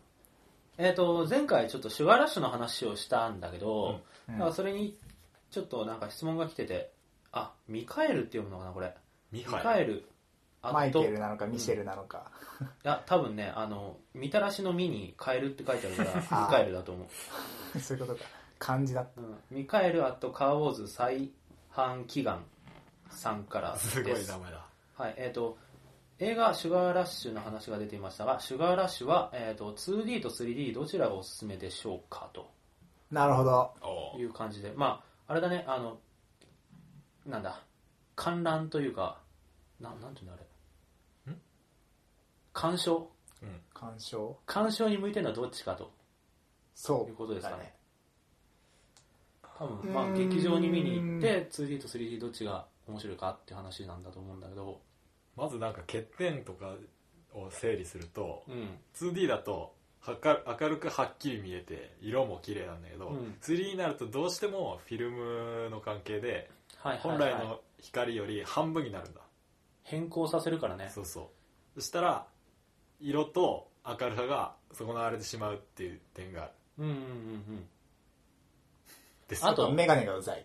S2: えっ、と、前回ちょっとシュガーラッシュの話をしたんだけど、
S1: うんうん
S2: なんかそれにちょっとなんか質問が来てて、あ、ミカエルって読むのかな、これ。
S3: ミ
S2: ミカ
S3: ハイ
S2: エル。あ
S1: マイケ
S2: と
S1: ルなのか、ミシェルなのか。
S2: いや、多分ね、あの、みたらしのみにカエルって書いてある から、
S1: ー
S2: ミカエルだと思
S1: そういうことか。漢字だった。
S2: う。うん、ミカエルアットカーウォーズ再販祈願さんからです。
S3: すごい名前だ
S2: はい、えっ、と、映画シュガーラッシュの話が出ていましたが、シュガーラッシュは、えー、と 2D と 3D どちらがおすすめでしょうかと
S1: なるほど。
S3: お
S2: い
S3: ー
S2: う感じで、まあ、あれだね、あの、なんだ、観覧というか、なん、なんていうんだあれ。鑑賞
S3: うん
S1: 鑑賞。
S2: 鑑賞に向いてるのはどっちかと。
S1: そう。
S2: ということですか
S1: だ
S2: ね。多分、ま
S1: う
S2: あ、
S1: ーん
S2: 劇場に見に行って、2D と 3D どっちが面白いかって話なんだと思うんだけど、
S3: まずなんか欠点とかを整理すると
S2: うん。
S3: 2D だとはか明るくはっきり見えて色も綺麗なんだけど、
S2: うん
S3: 3D になるとどうしてもフィルムの関係で
S2: はいはい、
S3: 本
S2: はい。
S3: 来の光より半分になるんだ、
S2: 変更させるからね。
S3: そうそうそしたら色と明るさが損なわれてしまうっていう点がある
S2: うんうんうんうん。
S3: です
S2: あ
S1: あと、
S2: と、
S1: メガネがうざい。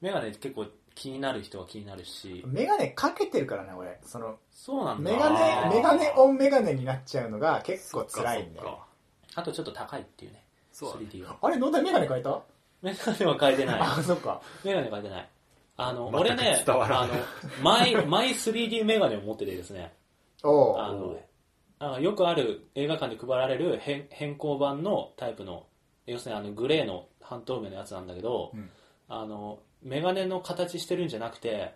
S2: メガネ結構気になる人は気になるし、
S1: メガネかけてるからね、俺。その、
S2: そうなんだ。
S1: メガ
S3: あ
S1: ネ、
S3: ー
S1: メガネオンメガネになっちゃうのが結構辛いんだ
S3: そっ
S1: よ。
S3: か
S2: あとちょっと高いっていうね。
S3: そうだね
S2: 3D は。
S1: あれ、野田メガネ変えた
S2: メガネは変えて ない。
S1: あ、そっか。
S2: メガネ変えてない。あの、
S3: 全く
S2: 俺ね、
S3: 伝わら
S2: あ
S3: ない
S2: の、マイ、マイ 3D メガネを持っててですね。
S1: お
S2: あ
S1: う
S2: の
S3: おう
S2: あよくある映画館で配られる変変更版のタイプの要するにあのグレーの半透明のやつなんだけど、
S1: うん
S2: あのメガネの形してるんじゃなくて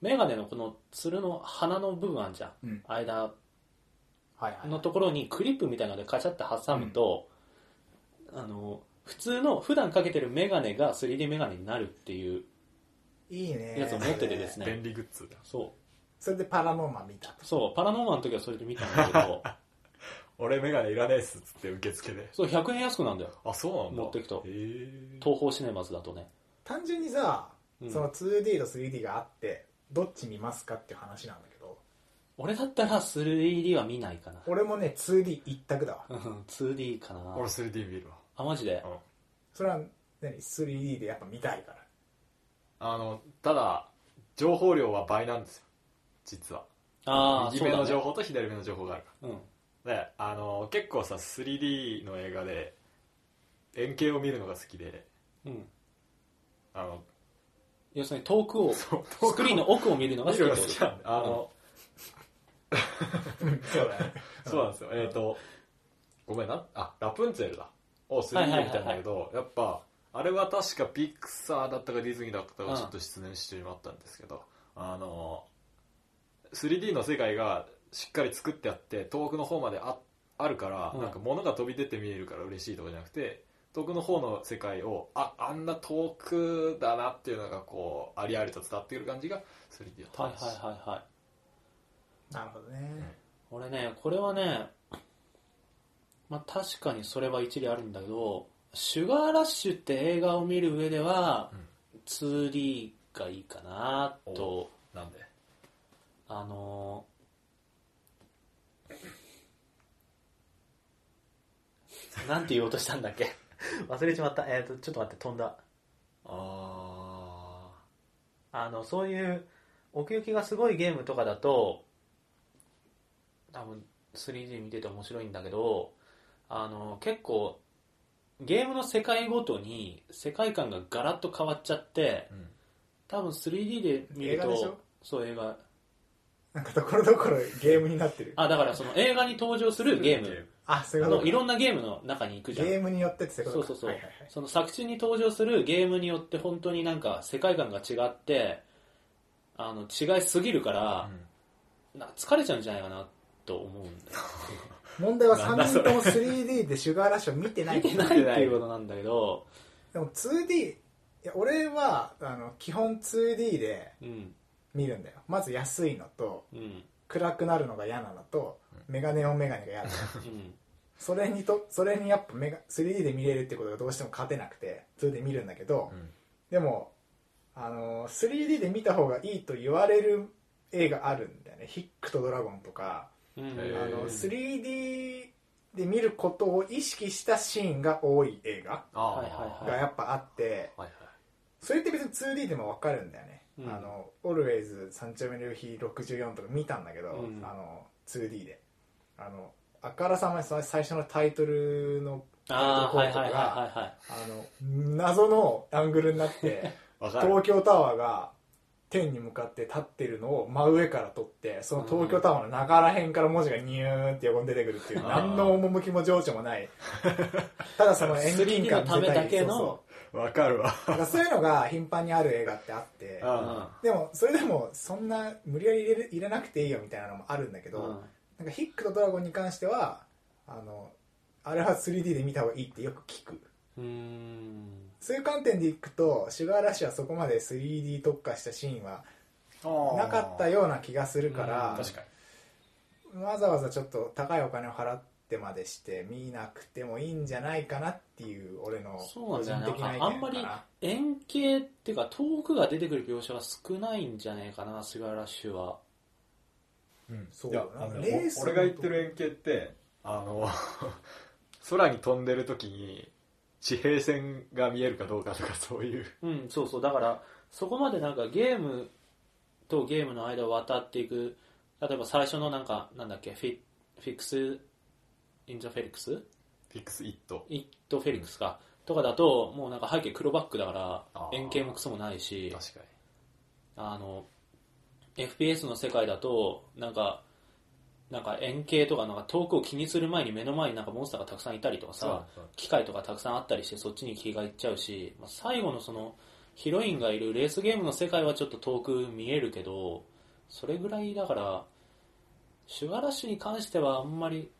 S2: メガネのこのつるの鼻の部分あんじゃん、
S1: うん
S2: 間
S1: はいはい。
S2: のところにクリップみたいなのでカチャって挟むと、あの普通の普段かけてるメガネが 3D メガネになるっていう
S1: いいね。
S2: やつを持っててですね、
S3: 便利グッズだ
S2: そ
S1: それでパラノーマン見たと
S2: うそうパラノーマンの時はそれで見たんだけ ど
S3: 俺メガネいらないっすっつって受付で
S2: そう100円安くなんだよ
S3: あそうなんだ
S2: 持ってきた
S3: へえ
S2: 東宝シネマズだとね
S1: 単純にさ、
S2: うん
S1: その 2D と 3D があって、どっち見ますかっていう話なんだけど、
S2: 俺だったら 3D は見ないかな。
S1: 俺もね、2D 一択だわ。
S2: うん 2D かな
S3: 俺。3D 見るわ
S2: あ、マジで
S3: う。ん
S1: それは何、3D でやっぱ見たい から。
S3: あのただ情報量は倍なんですよ実は
S2: ああ、
S3: 右
S2: そう
S3: 目
S2: だ、
S3: の
S2: ね。
S3: 情報と左目の情報があるか
S2: うん。
S3: ら、であの結構さ 3D の映画で円形を見るのが好きで
S2: うん。
S3: あの
S2: 要するに遠くを、ス
S3: そう
S2: クリーンの奥を見るのが好
S3: 見
S2: きっ
S3: る
S2: てこと
S3: のが好きなんであの、
S1: そうだね。
S3: そうなんですよえっ、とごめんなあラプンツェルだを 3D 見たんだけど、やっぱあれは確かピクサーだったかディズニーだった
S2: う
S3: か
S2: ん
S3: ちょっと失念してしまったんですけど、あの 3D の世界がしっかり作ってあって遠くの方までああるから、
S2: うん
S3: なんか物が飛び出て見えるから嬉しいとかじゃなくて遠くの方の世界をああんな遠くだなっていうのがこうありありと伝わってくる感じが 3D だった
S2: はいはいはいはい。
S1: なるほどね。
S2: 俺ね、これはね、まあ確かにそれは一理あるんだけど、シュガーラッシュって映画を見る上では
S3: うん、
S2: 2D がいいかなと、
S3: なんで
S2: あのー、なんて言おうとしたんだっけ 忘れちまった。えっ、と、ちょっと待って、飛んだ。
S3: あ
S2: あの、そういう奥行きがすごいゲームとかだと、多分 3D 見てて面白いんだけど、あの、結構ゲームの世界ごとに世界観がガラッと変わっちゃって
S3: うん
S2: 多分 3D で見る
S1: 映画でしょ
S2: とそう映画
S1: なんかところどころゲームになってる。
S2: あだからその映画に登場するゲーム
S1: あ、そういうこ
S2: の
S1: と
S2: いろんなゲームの中に行くじ
S1: ゲ
S2: ゃん
S1: ームによってって
S2: そ
S1: こ
S2: う
S1: とか
S2: そうそう、
S1: はいはいはい
S2: その作中に登場するゲームによって本当になんか世界観が違ってあの違いすぎるから、な疲れちゃうんじゃないかなと思うんだよ
S1: 問題は
S3: なんだ
S1: 3人とも 3D でシュガーラッシュを見てない
S2: 見てないっていうことなんだけ ど、
S1: でも 2D いや俺はあの基本 2D で
S2: うん
S1: 見るんだよまず安いのと
S2: うんうん
S1: 暗くなるのが嫌なのとメガネオンメガネが嫌 だそれにとそれにやっぱメガ 3D で見れるってことがどうしても勝てなくて 2D で見るんだけど、
S3: うん
S1: でもあの 3D で見た方がいいと言われる映画あるんだよね「ヒックとドラゴン」とか
S2: うん
S1: あ
S3: へー
S1: の 3D で見ることを意識したシーンが多い映画
S3: ああ
S2: はいはいはい
S1: がやっぱあって
S3: はいはい
S1: それって別に 2D でも分かるんだよね「
S2: うん
S1: あのオルウェイズ三丁目の夕日64」とか見たんだけど、
S2: うん
S1: あの 2D であのあからさまにその最初のタイトルの
S2: ああーはいはいはいはいはい
S1: あの謎のアングルにな って
S3: わかる
S1: 東京タワーが天に向かって立ってるのを真上から撮ってその東京タワーの中らへんから文字がニューンって横に出てくるっていう
S3: うん
S1: 何の趣も情緒も ないただその遠近
S2: 3D の
S1: 感
S2: ためだけ
S1: そうそう
S2: の
S3: わかるわ
S1: だからそういうのが頻繁にある映画ってあって
S3: あ
S1: でもそれでもそんな無理やり入れる入れなくていいよみたいなのもあるんだけど、
S2: うん
S1: なんかヒックとドラゴンに関してはあのあれは 3D で見た方がいいってよく聞く
S2: うーん
S1: そういう観点でいくとシュガーラッシュはそこまで 3D 特化したシーンはなかったような気がするから
S2: うん
S3: 確かに
S1: わざわざちょっと高いお金を払ってまでして見なくてもいいんじゃないかなっていう俺の
S2: そうな
S1: 個
S2: ん
S1: 人的な意
S2: だよね
S1: 見かな
S2: あんまり円形っていうか遠くが出てくる描写が少ないんじゃないかなシガーラッシュは
S3: うん
S1: そう
S3: いや
S1: なんか
S3: あの
S1: レース
S3: お俺が言ってる円形ってあの 空に飛んでる時に地平線が見えるかどうかとかそういう
S2: うんそうそうだからそこまでなんかゲームとゲームの間を渡っていく例えば最初のなんかなんだっけフィフィックスインザフェリックス
S3: フィックスイット
S2: イットフェリックスか、とかだともうなんか背景黒バックだか
S3: あ
S2: ら
S3: ー
S2: 円形もクソもないし
S3: 確かに
S2: あの FPS の世界だとなんかなんか円形とかなんか遠くを気にする前に目の前になんかモンスターがたくさんいたりとかさ
S3: そうそう
S2: 機械とかたくさんあったりしてそっちに気がいっちゃうし、まあ、最後のそのヒロインがいるレースゲームの世界はちょっと遠く見えるけどそれぐらいだからシュガーラッシュに関してはあんまり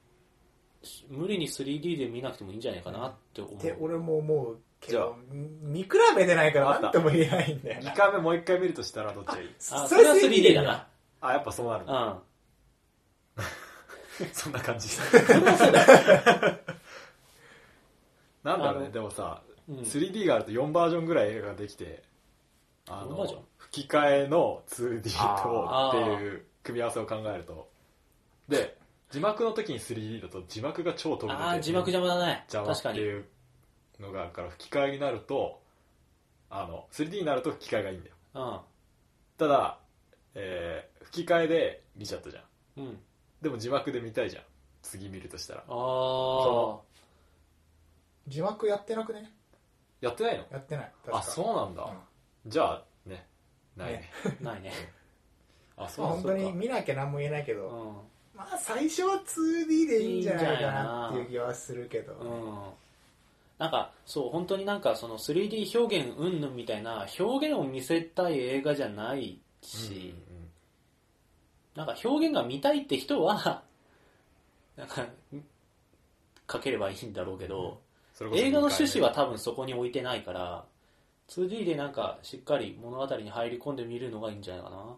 S2: し無理に 3D で見なくてもいいんじゃないかなって思う、
S1: って俺も思うけ
S3: じゃあ
S1: ど見比べてないから何とも言えないんだよな
S3: 2回目もう1回見るとしたらどっちがいい
S2: あ
S1: そ
S2: それは
S1: 3D
S2: 3D だな
S3: あやっぱそうなるん
S2: う
S3: だ
S2: ん
S3: そんな 感じなんだろ
S2: あ
S3: うね
S2: の
S3: でもさ
S2: うん
S3: 3D があると4バージョンぐらい映画ができてあ
S2: 4バージョン
S3: の吹き替えの 2D
S2: あ
S3: と
S2: ー
S3: っていう組み合わせを考えるとで字幕の時に 3D だと字幕が超飛ぶ
S2: ああ字幕邪魔だね
S3: 邪魔
S2: 確
S3: って
S2: かに
S3: いうのがあるから吹き替えになるとあの 3D になると吹き替えがいいんだよ
S2: うん
S3: ただ、えー吹き替えで見ちゃったじゃん
S2: うん
S3: でも字幕で見たいじゃん次見るとしたら
S2: ああ
S1: 字幕やってなくね
S3: やってないの
S1: やってない
S3: あそうなんだ、じゃあねないね
S1: ね
S2: ないね
S3: あそ
S1: ま
S3: う
S1: あ
S3: なん
S1: 本
S3: だ
S1: 当に見なきゃ何も言えないけ
S2: う
S1: ど、
S2: ん
S1: まあ最初は 2D でいいんじゃないかなっていう気はするけど、
S2: うんなんかそう本当になんかその 3D 表現うんぬんみたいな表現を見せたい映画じゃない
S3: うんうん
S2: し、なんか表現が見たいって人は なんか書ければいいんだろうけど、
S3: それこそ
S2: 映画の趣旨は多分そこに置いてないから 2D でなんかしっかり物語に入り込んでみるのがいいんじゃないかな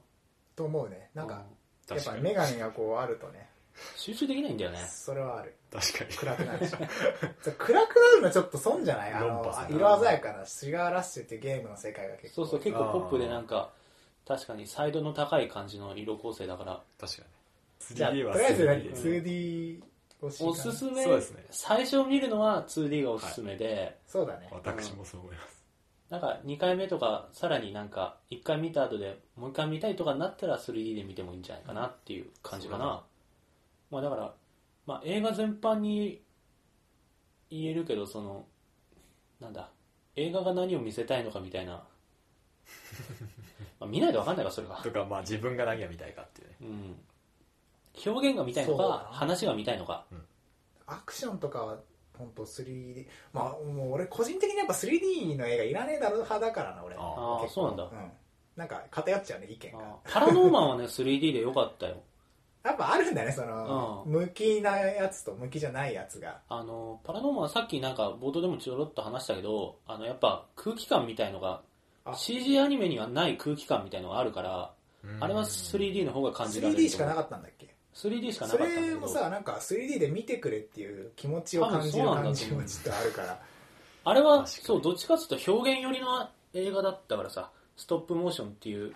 S1: と思うねなんか、
S3: うん
S1: やっ
S3: 確
S1: ぱ
S3: かに
S1: メガネがこうあるとね
S2: 集中できないんだよね
S1: それはある
S3: 確かに
S1: 暗くなるしそう暗くなるのちょっと損じゃないあ
S3: 論
S1: の
S3: 破するな
S1: 色鮮やかなシガーラッシュっていうゲームの世界が結
S2: そ
S1: 構
S2: うそう結構ポップでなんか確かにサイドの高い感じの色構成だから
S3: 確かに
S1: じゃあと
S3: 3D は
S1: りあえず
S3: 3D
S1: 何
S3: で
S1: 2D をし
S2: おすすめ
S3: そうですね
S2: 最初見るのは 2D がおすすめで、
S1: そうだね
S3: 私もそう思います
S2: なんか2回目とかさらになんか1回見た後でもう1回見たいとかになったら 3D で見てもいいんじゃないかなっていう感じかな、
S3: うん
S2: まあだから、まあ、映画全般に言えるけどそのなんだ映画が何を見せたいのかみたいな まあ見ないと分かんないわそれは
S3: とか、まあ自分が何が見たいかっていうね。
S2: うん表現が見たい
S1: そ
S2: の
S1: うだな
S2: か話が見たいのか
S1: アクションとかは本当 3D まあもう俺個人的にやっぱ 3D の映画いらねえだろ派だからな俺
S3: あ
S2: ああ
S1: 結構
S2: そうなんだ、
S1: うんなんか偏っちゃうね意見が
S2: あーパラノーマンはね 3D で良かったよ
S1: やっぱあるんだねその、
S2: う
S1: 向きなやつと向きじゃないやつが
S2: あのパラノーマンはさっきなんか冒頭でもちょろっと話したけどあのやっぱ空気感みたいのが
S1: あ
S2: CG アニメにはない空気感みたいのがあるからあれは 3D の方が感じられる
S1: 3D しかなか
S2: っ
S1: ったんだっけ
S2: た 3D しかなか
S1: そ
S2: ったんだけ
S1: れ
S2: ど
S1: もさなんか 3D で見てくれっていう気持ちを感じる
S2: 多分そうなんだと思う
S1: 感じもちょっとあるから
S2: あれは
S3: 確かに
S2: そうどっちかっていうと表現寄りの映画だったからさストップモーションっていう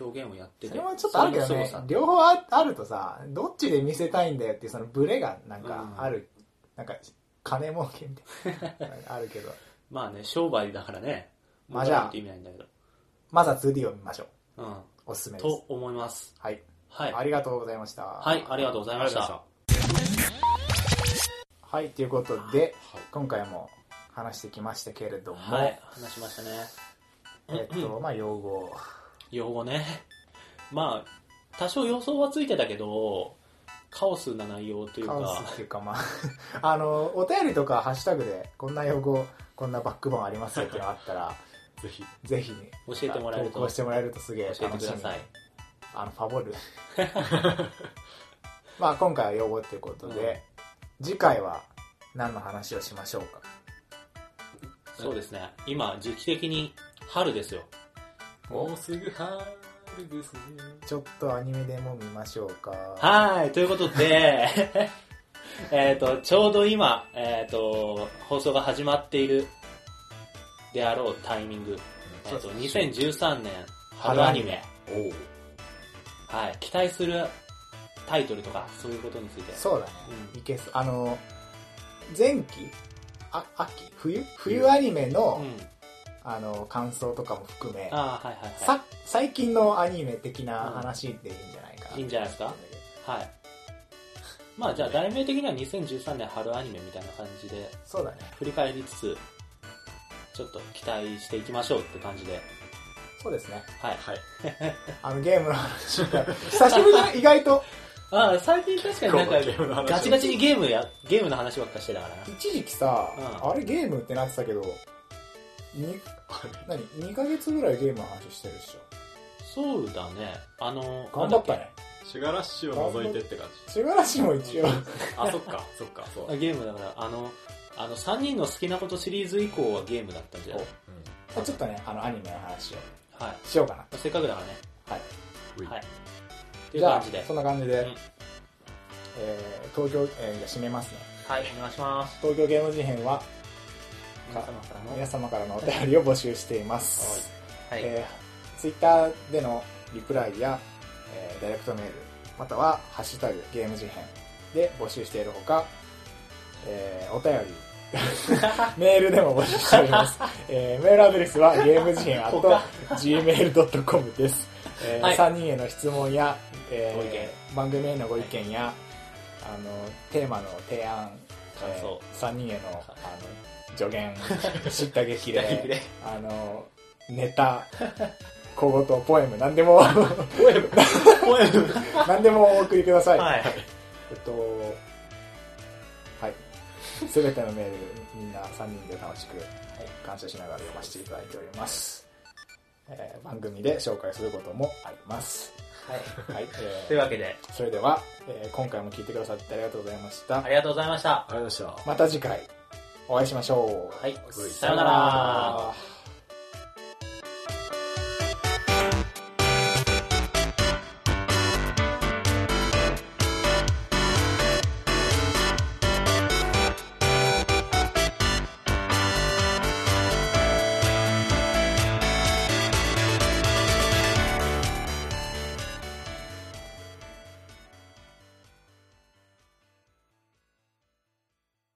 S2: 表現をやってて
S1: それはちょっとあるけど
S2: それの
S1: ね
S2: 凄さ
S1: 両方ああるとさどっちで見せたいんだよっていうそのブレがなんかある、なんか金儲けみたいなあるけど
S2: まあね商売だからね
S1: まあじゃあ
S2: 儲かるって意味ないんだけど
S1: まずは 2D を見ましょう
S2: うん
S1: おすすめです
S2: と思います
S1: はい、
S2: はい
S1: ありがとうございましたは
S2: はいありがとうございました
S1: はいということで
S3: はい
S1: 今回も話してきましたけれども、
S2: はい話しましたね
S1: えっとまあ用語
S2: 用語ね まあ多少予想はついてたけどカオスな内容という
S1: カオ
S2: か
S1: スっていうかまあ あのお便りとかハッシュタグでこんな用語こんなバックボーンありますよっていうのあったら
S3: ぜひ。
S1: ぜひ
S2: 教えてもらえる
S1: 投
S2: と
S1: 稿し
S2: 教
S1: てもらえるとすげえ
S2: え
S1: 楽してみ
S2: ください
S1: あのファボる まあ今回は用語ということで、次回は何の話をしましょうか
S2: そうですね今時期的に春ですよ
S3: もうすぐ春ですね。
S1: ちょっとアニメでも見ましょうか
S2: はい、ということで、 えっと、ちょうど今、えっ、と、放送が始まっているであろうタイミング、えっ、と、2013年春アニメ、
S3: おう
S2: はい、期待するタイトルとか、そういうことについて。
S1: そうだね、
S2: うん
S1: いけそうあの前期あ秋冬冬アニメの,、
S2: うん。
S1: あの感想とかも含め
S2: ああ、はいはいは
S1: さ最近のアニメ的な話でいいんじゃないかな、
S2: い。いいんじゃないですかはい。まあじゃあ、題名的には2013年春アニメみたいな感じで、
S1: そうだね
S2: 振り返りつつ、ちょっと期待していきましょうって感じで、
S1: そうです ね
S2: はい。
S3: はい。
S1: あのゲームの話久しぶりだね意外と
S2: ああ、最近確かになんか、
S3: ムの話
S2: ガチガチにゲームや、ゲームの話ばっかしてたからな。
S1: 一時期さ、
S2: うん
S1: あれゲームってなってたけどに何2ヶ月ぐらいゲームの話してるっし
S2: そうだね。あの、
S1: ょ頑張った
S2: なんだ
S1: ね
S3: シュガーラッシュを除いてって感じ。
S1: しばらしも一応
S3: あ、そっか、そっか、そう
S2: っけ。あゲームだから、あの、あの、3人の好きなことシリーズ以降はゲームだったんじゃない
S3: うん
S1: ちょっとねあのアニメの話を
S2: はい。
S1: しようかな
S2: せっかくだからね。
S3: うい
S2: はい。っていう
S1: じゃ
S2: 感
S1: あ
S2: じで。
S1: そんな感じで、
S2: うん
S1: えー東京、えーじゃあ締めますね
S2: はい、お願いします。
S1: 東京ゲーム事変は
S2: 皆様からの。
S1: 皆様からのお便りを募集しています、
S2: はい。
S1: えー、ツイッターでのリプライや、えーダイレクトメールまたは「ハッシュタグゲーム事変」で募集しているほか、えーお 便りメールでも募集しております、えーメールアドレスはゲーム事変 gmail.com です、えー
S2: はい
S1: 3人への質問や、えー
S2: ご意
S1: 番組へのご意見や、あのテーマの提案
S2: 感想
S1: えー3人へのあの助 言知った激励
S2: 激励
S1: あのネタ 小言ポエム何でも
S2: ポ エム。ポエム。
S1: 何でもお送りください、
S2: はい。
S1: えっとはい全てのメールみんな3人で楽しく、感謝しながら読ませていただいております、えー番組で紹介することもありますはい、え
S2: という
S1: ー
S2: わけで、
S1: それでは、えー今回も聞いてくださってありがとうございました
S2: ありがとうございました。
S3: ありがとうございました。
S1: また次回お会いしましょう、
S2: はい。
S3: い
S2: さようなら。
S1: ら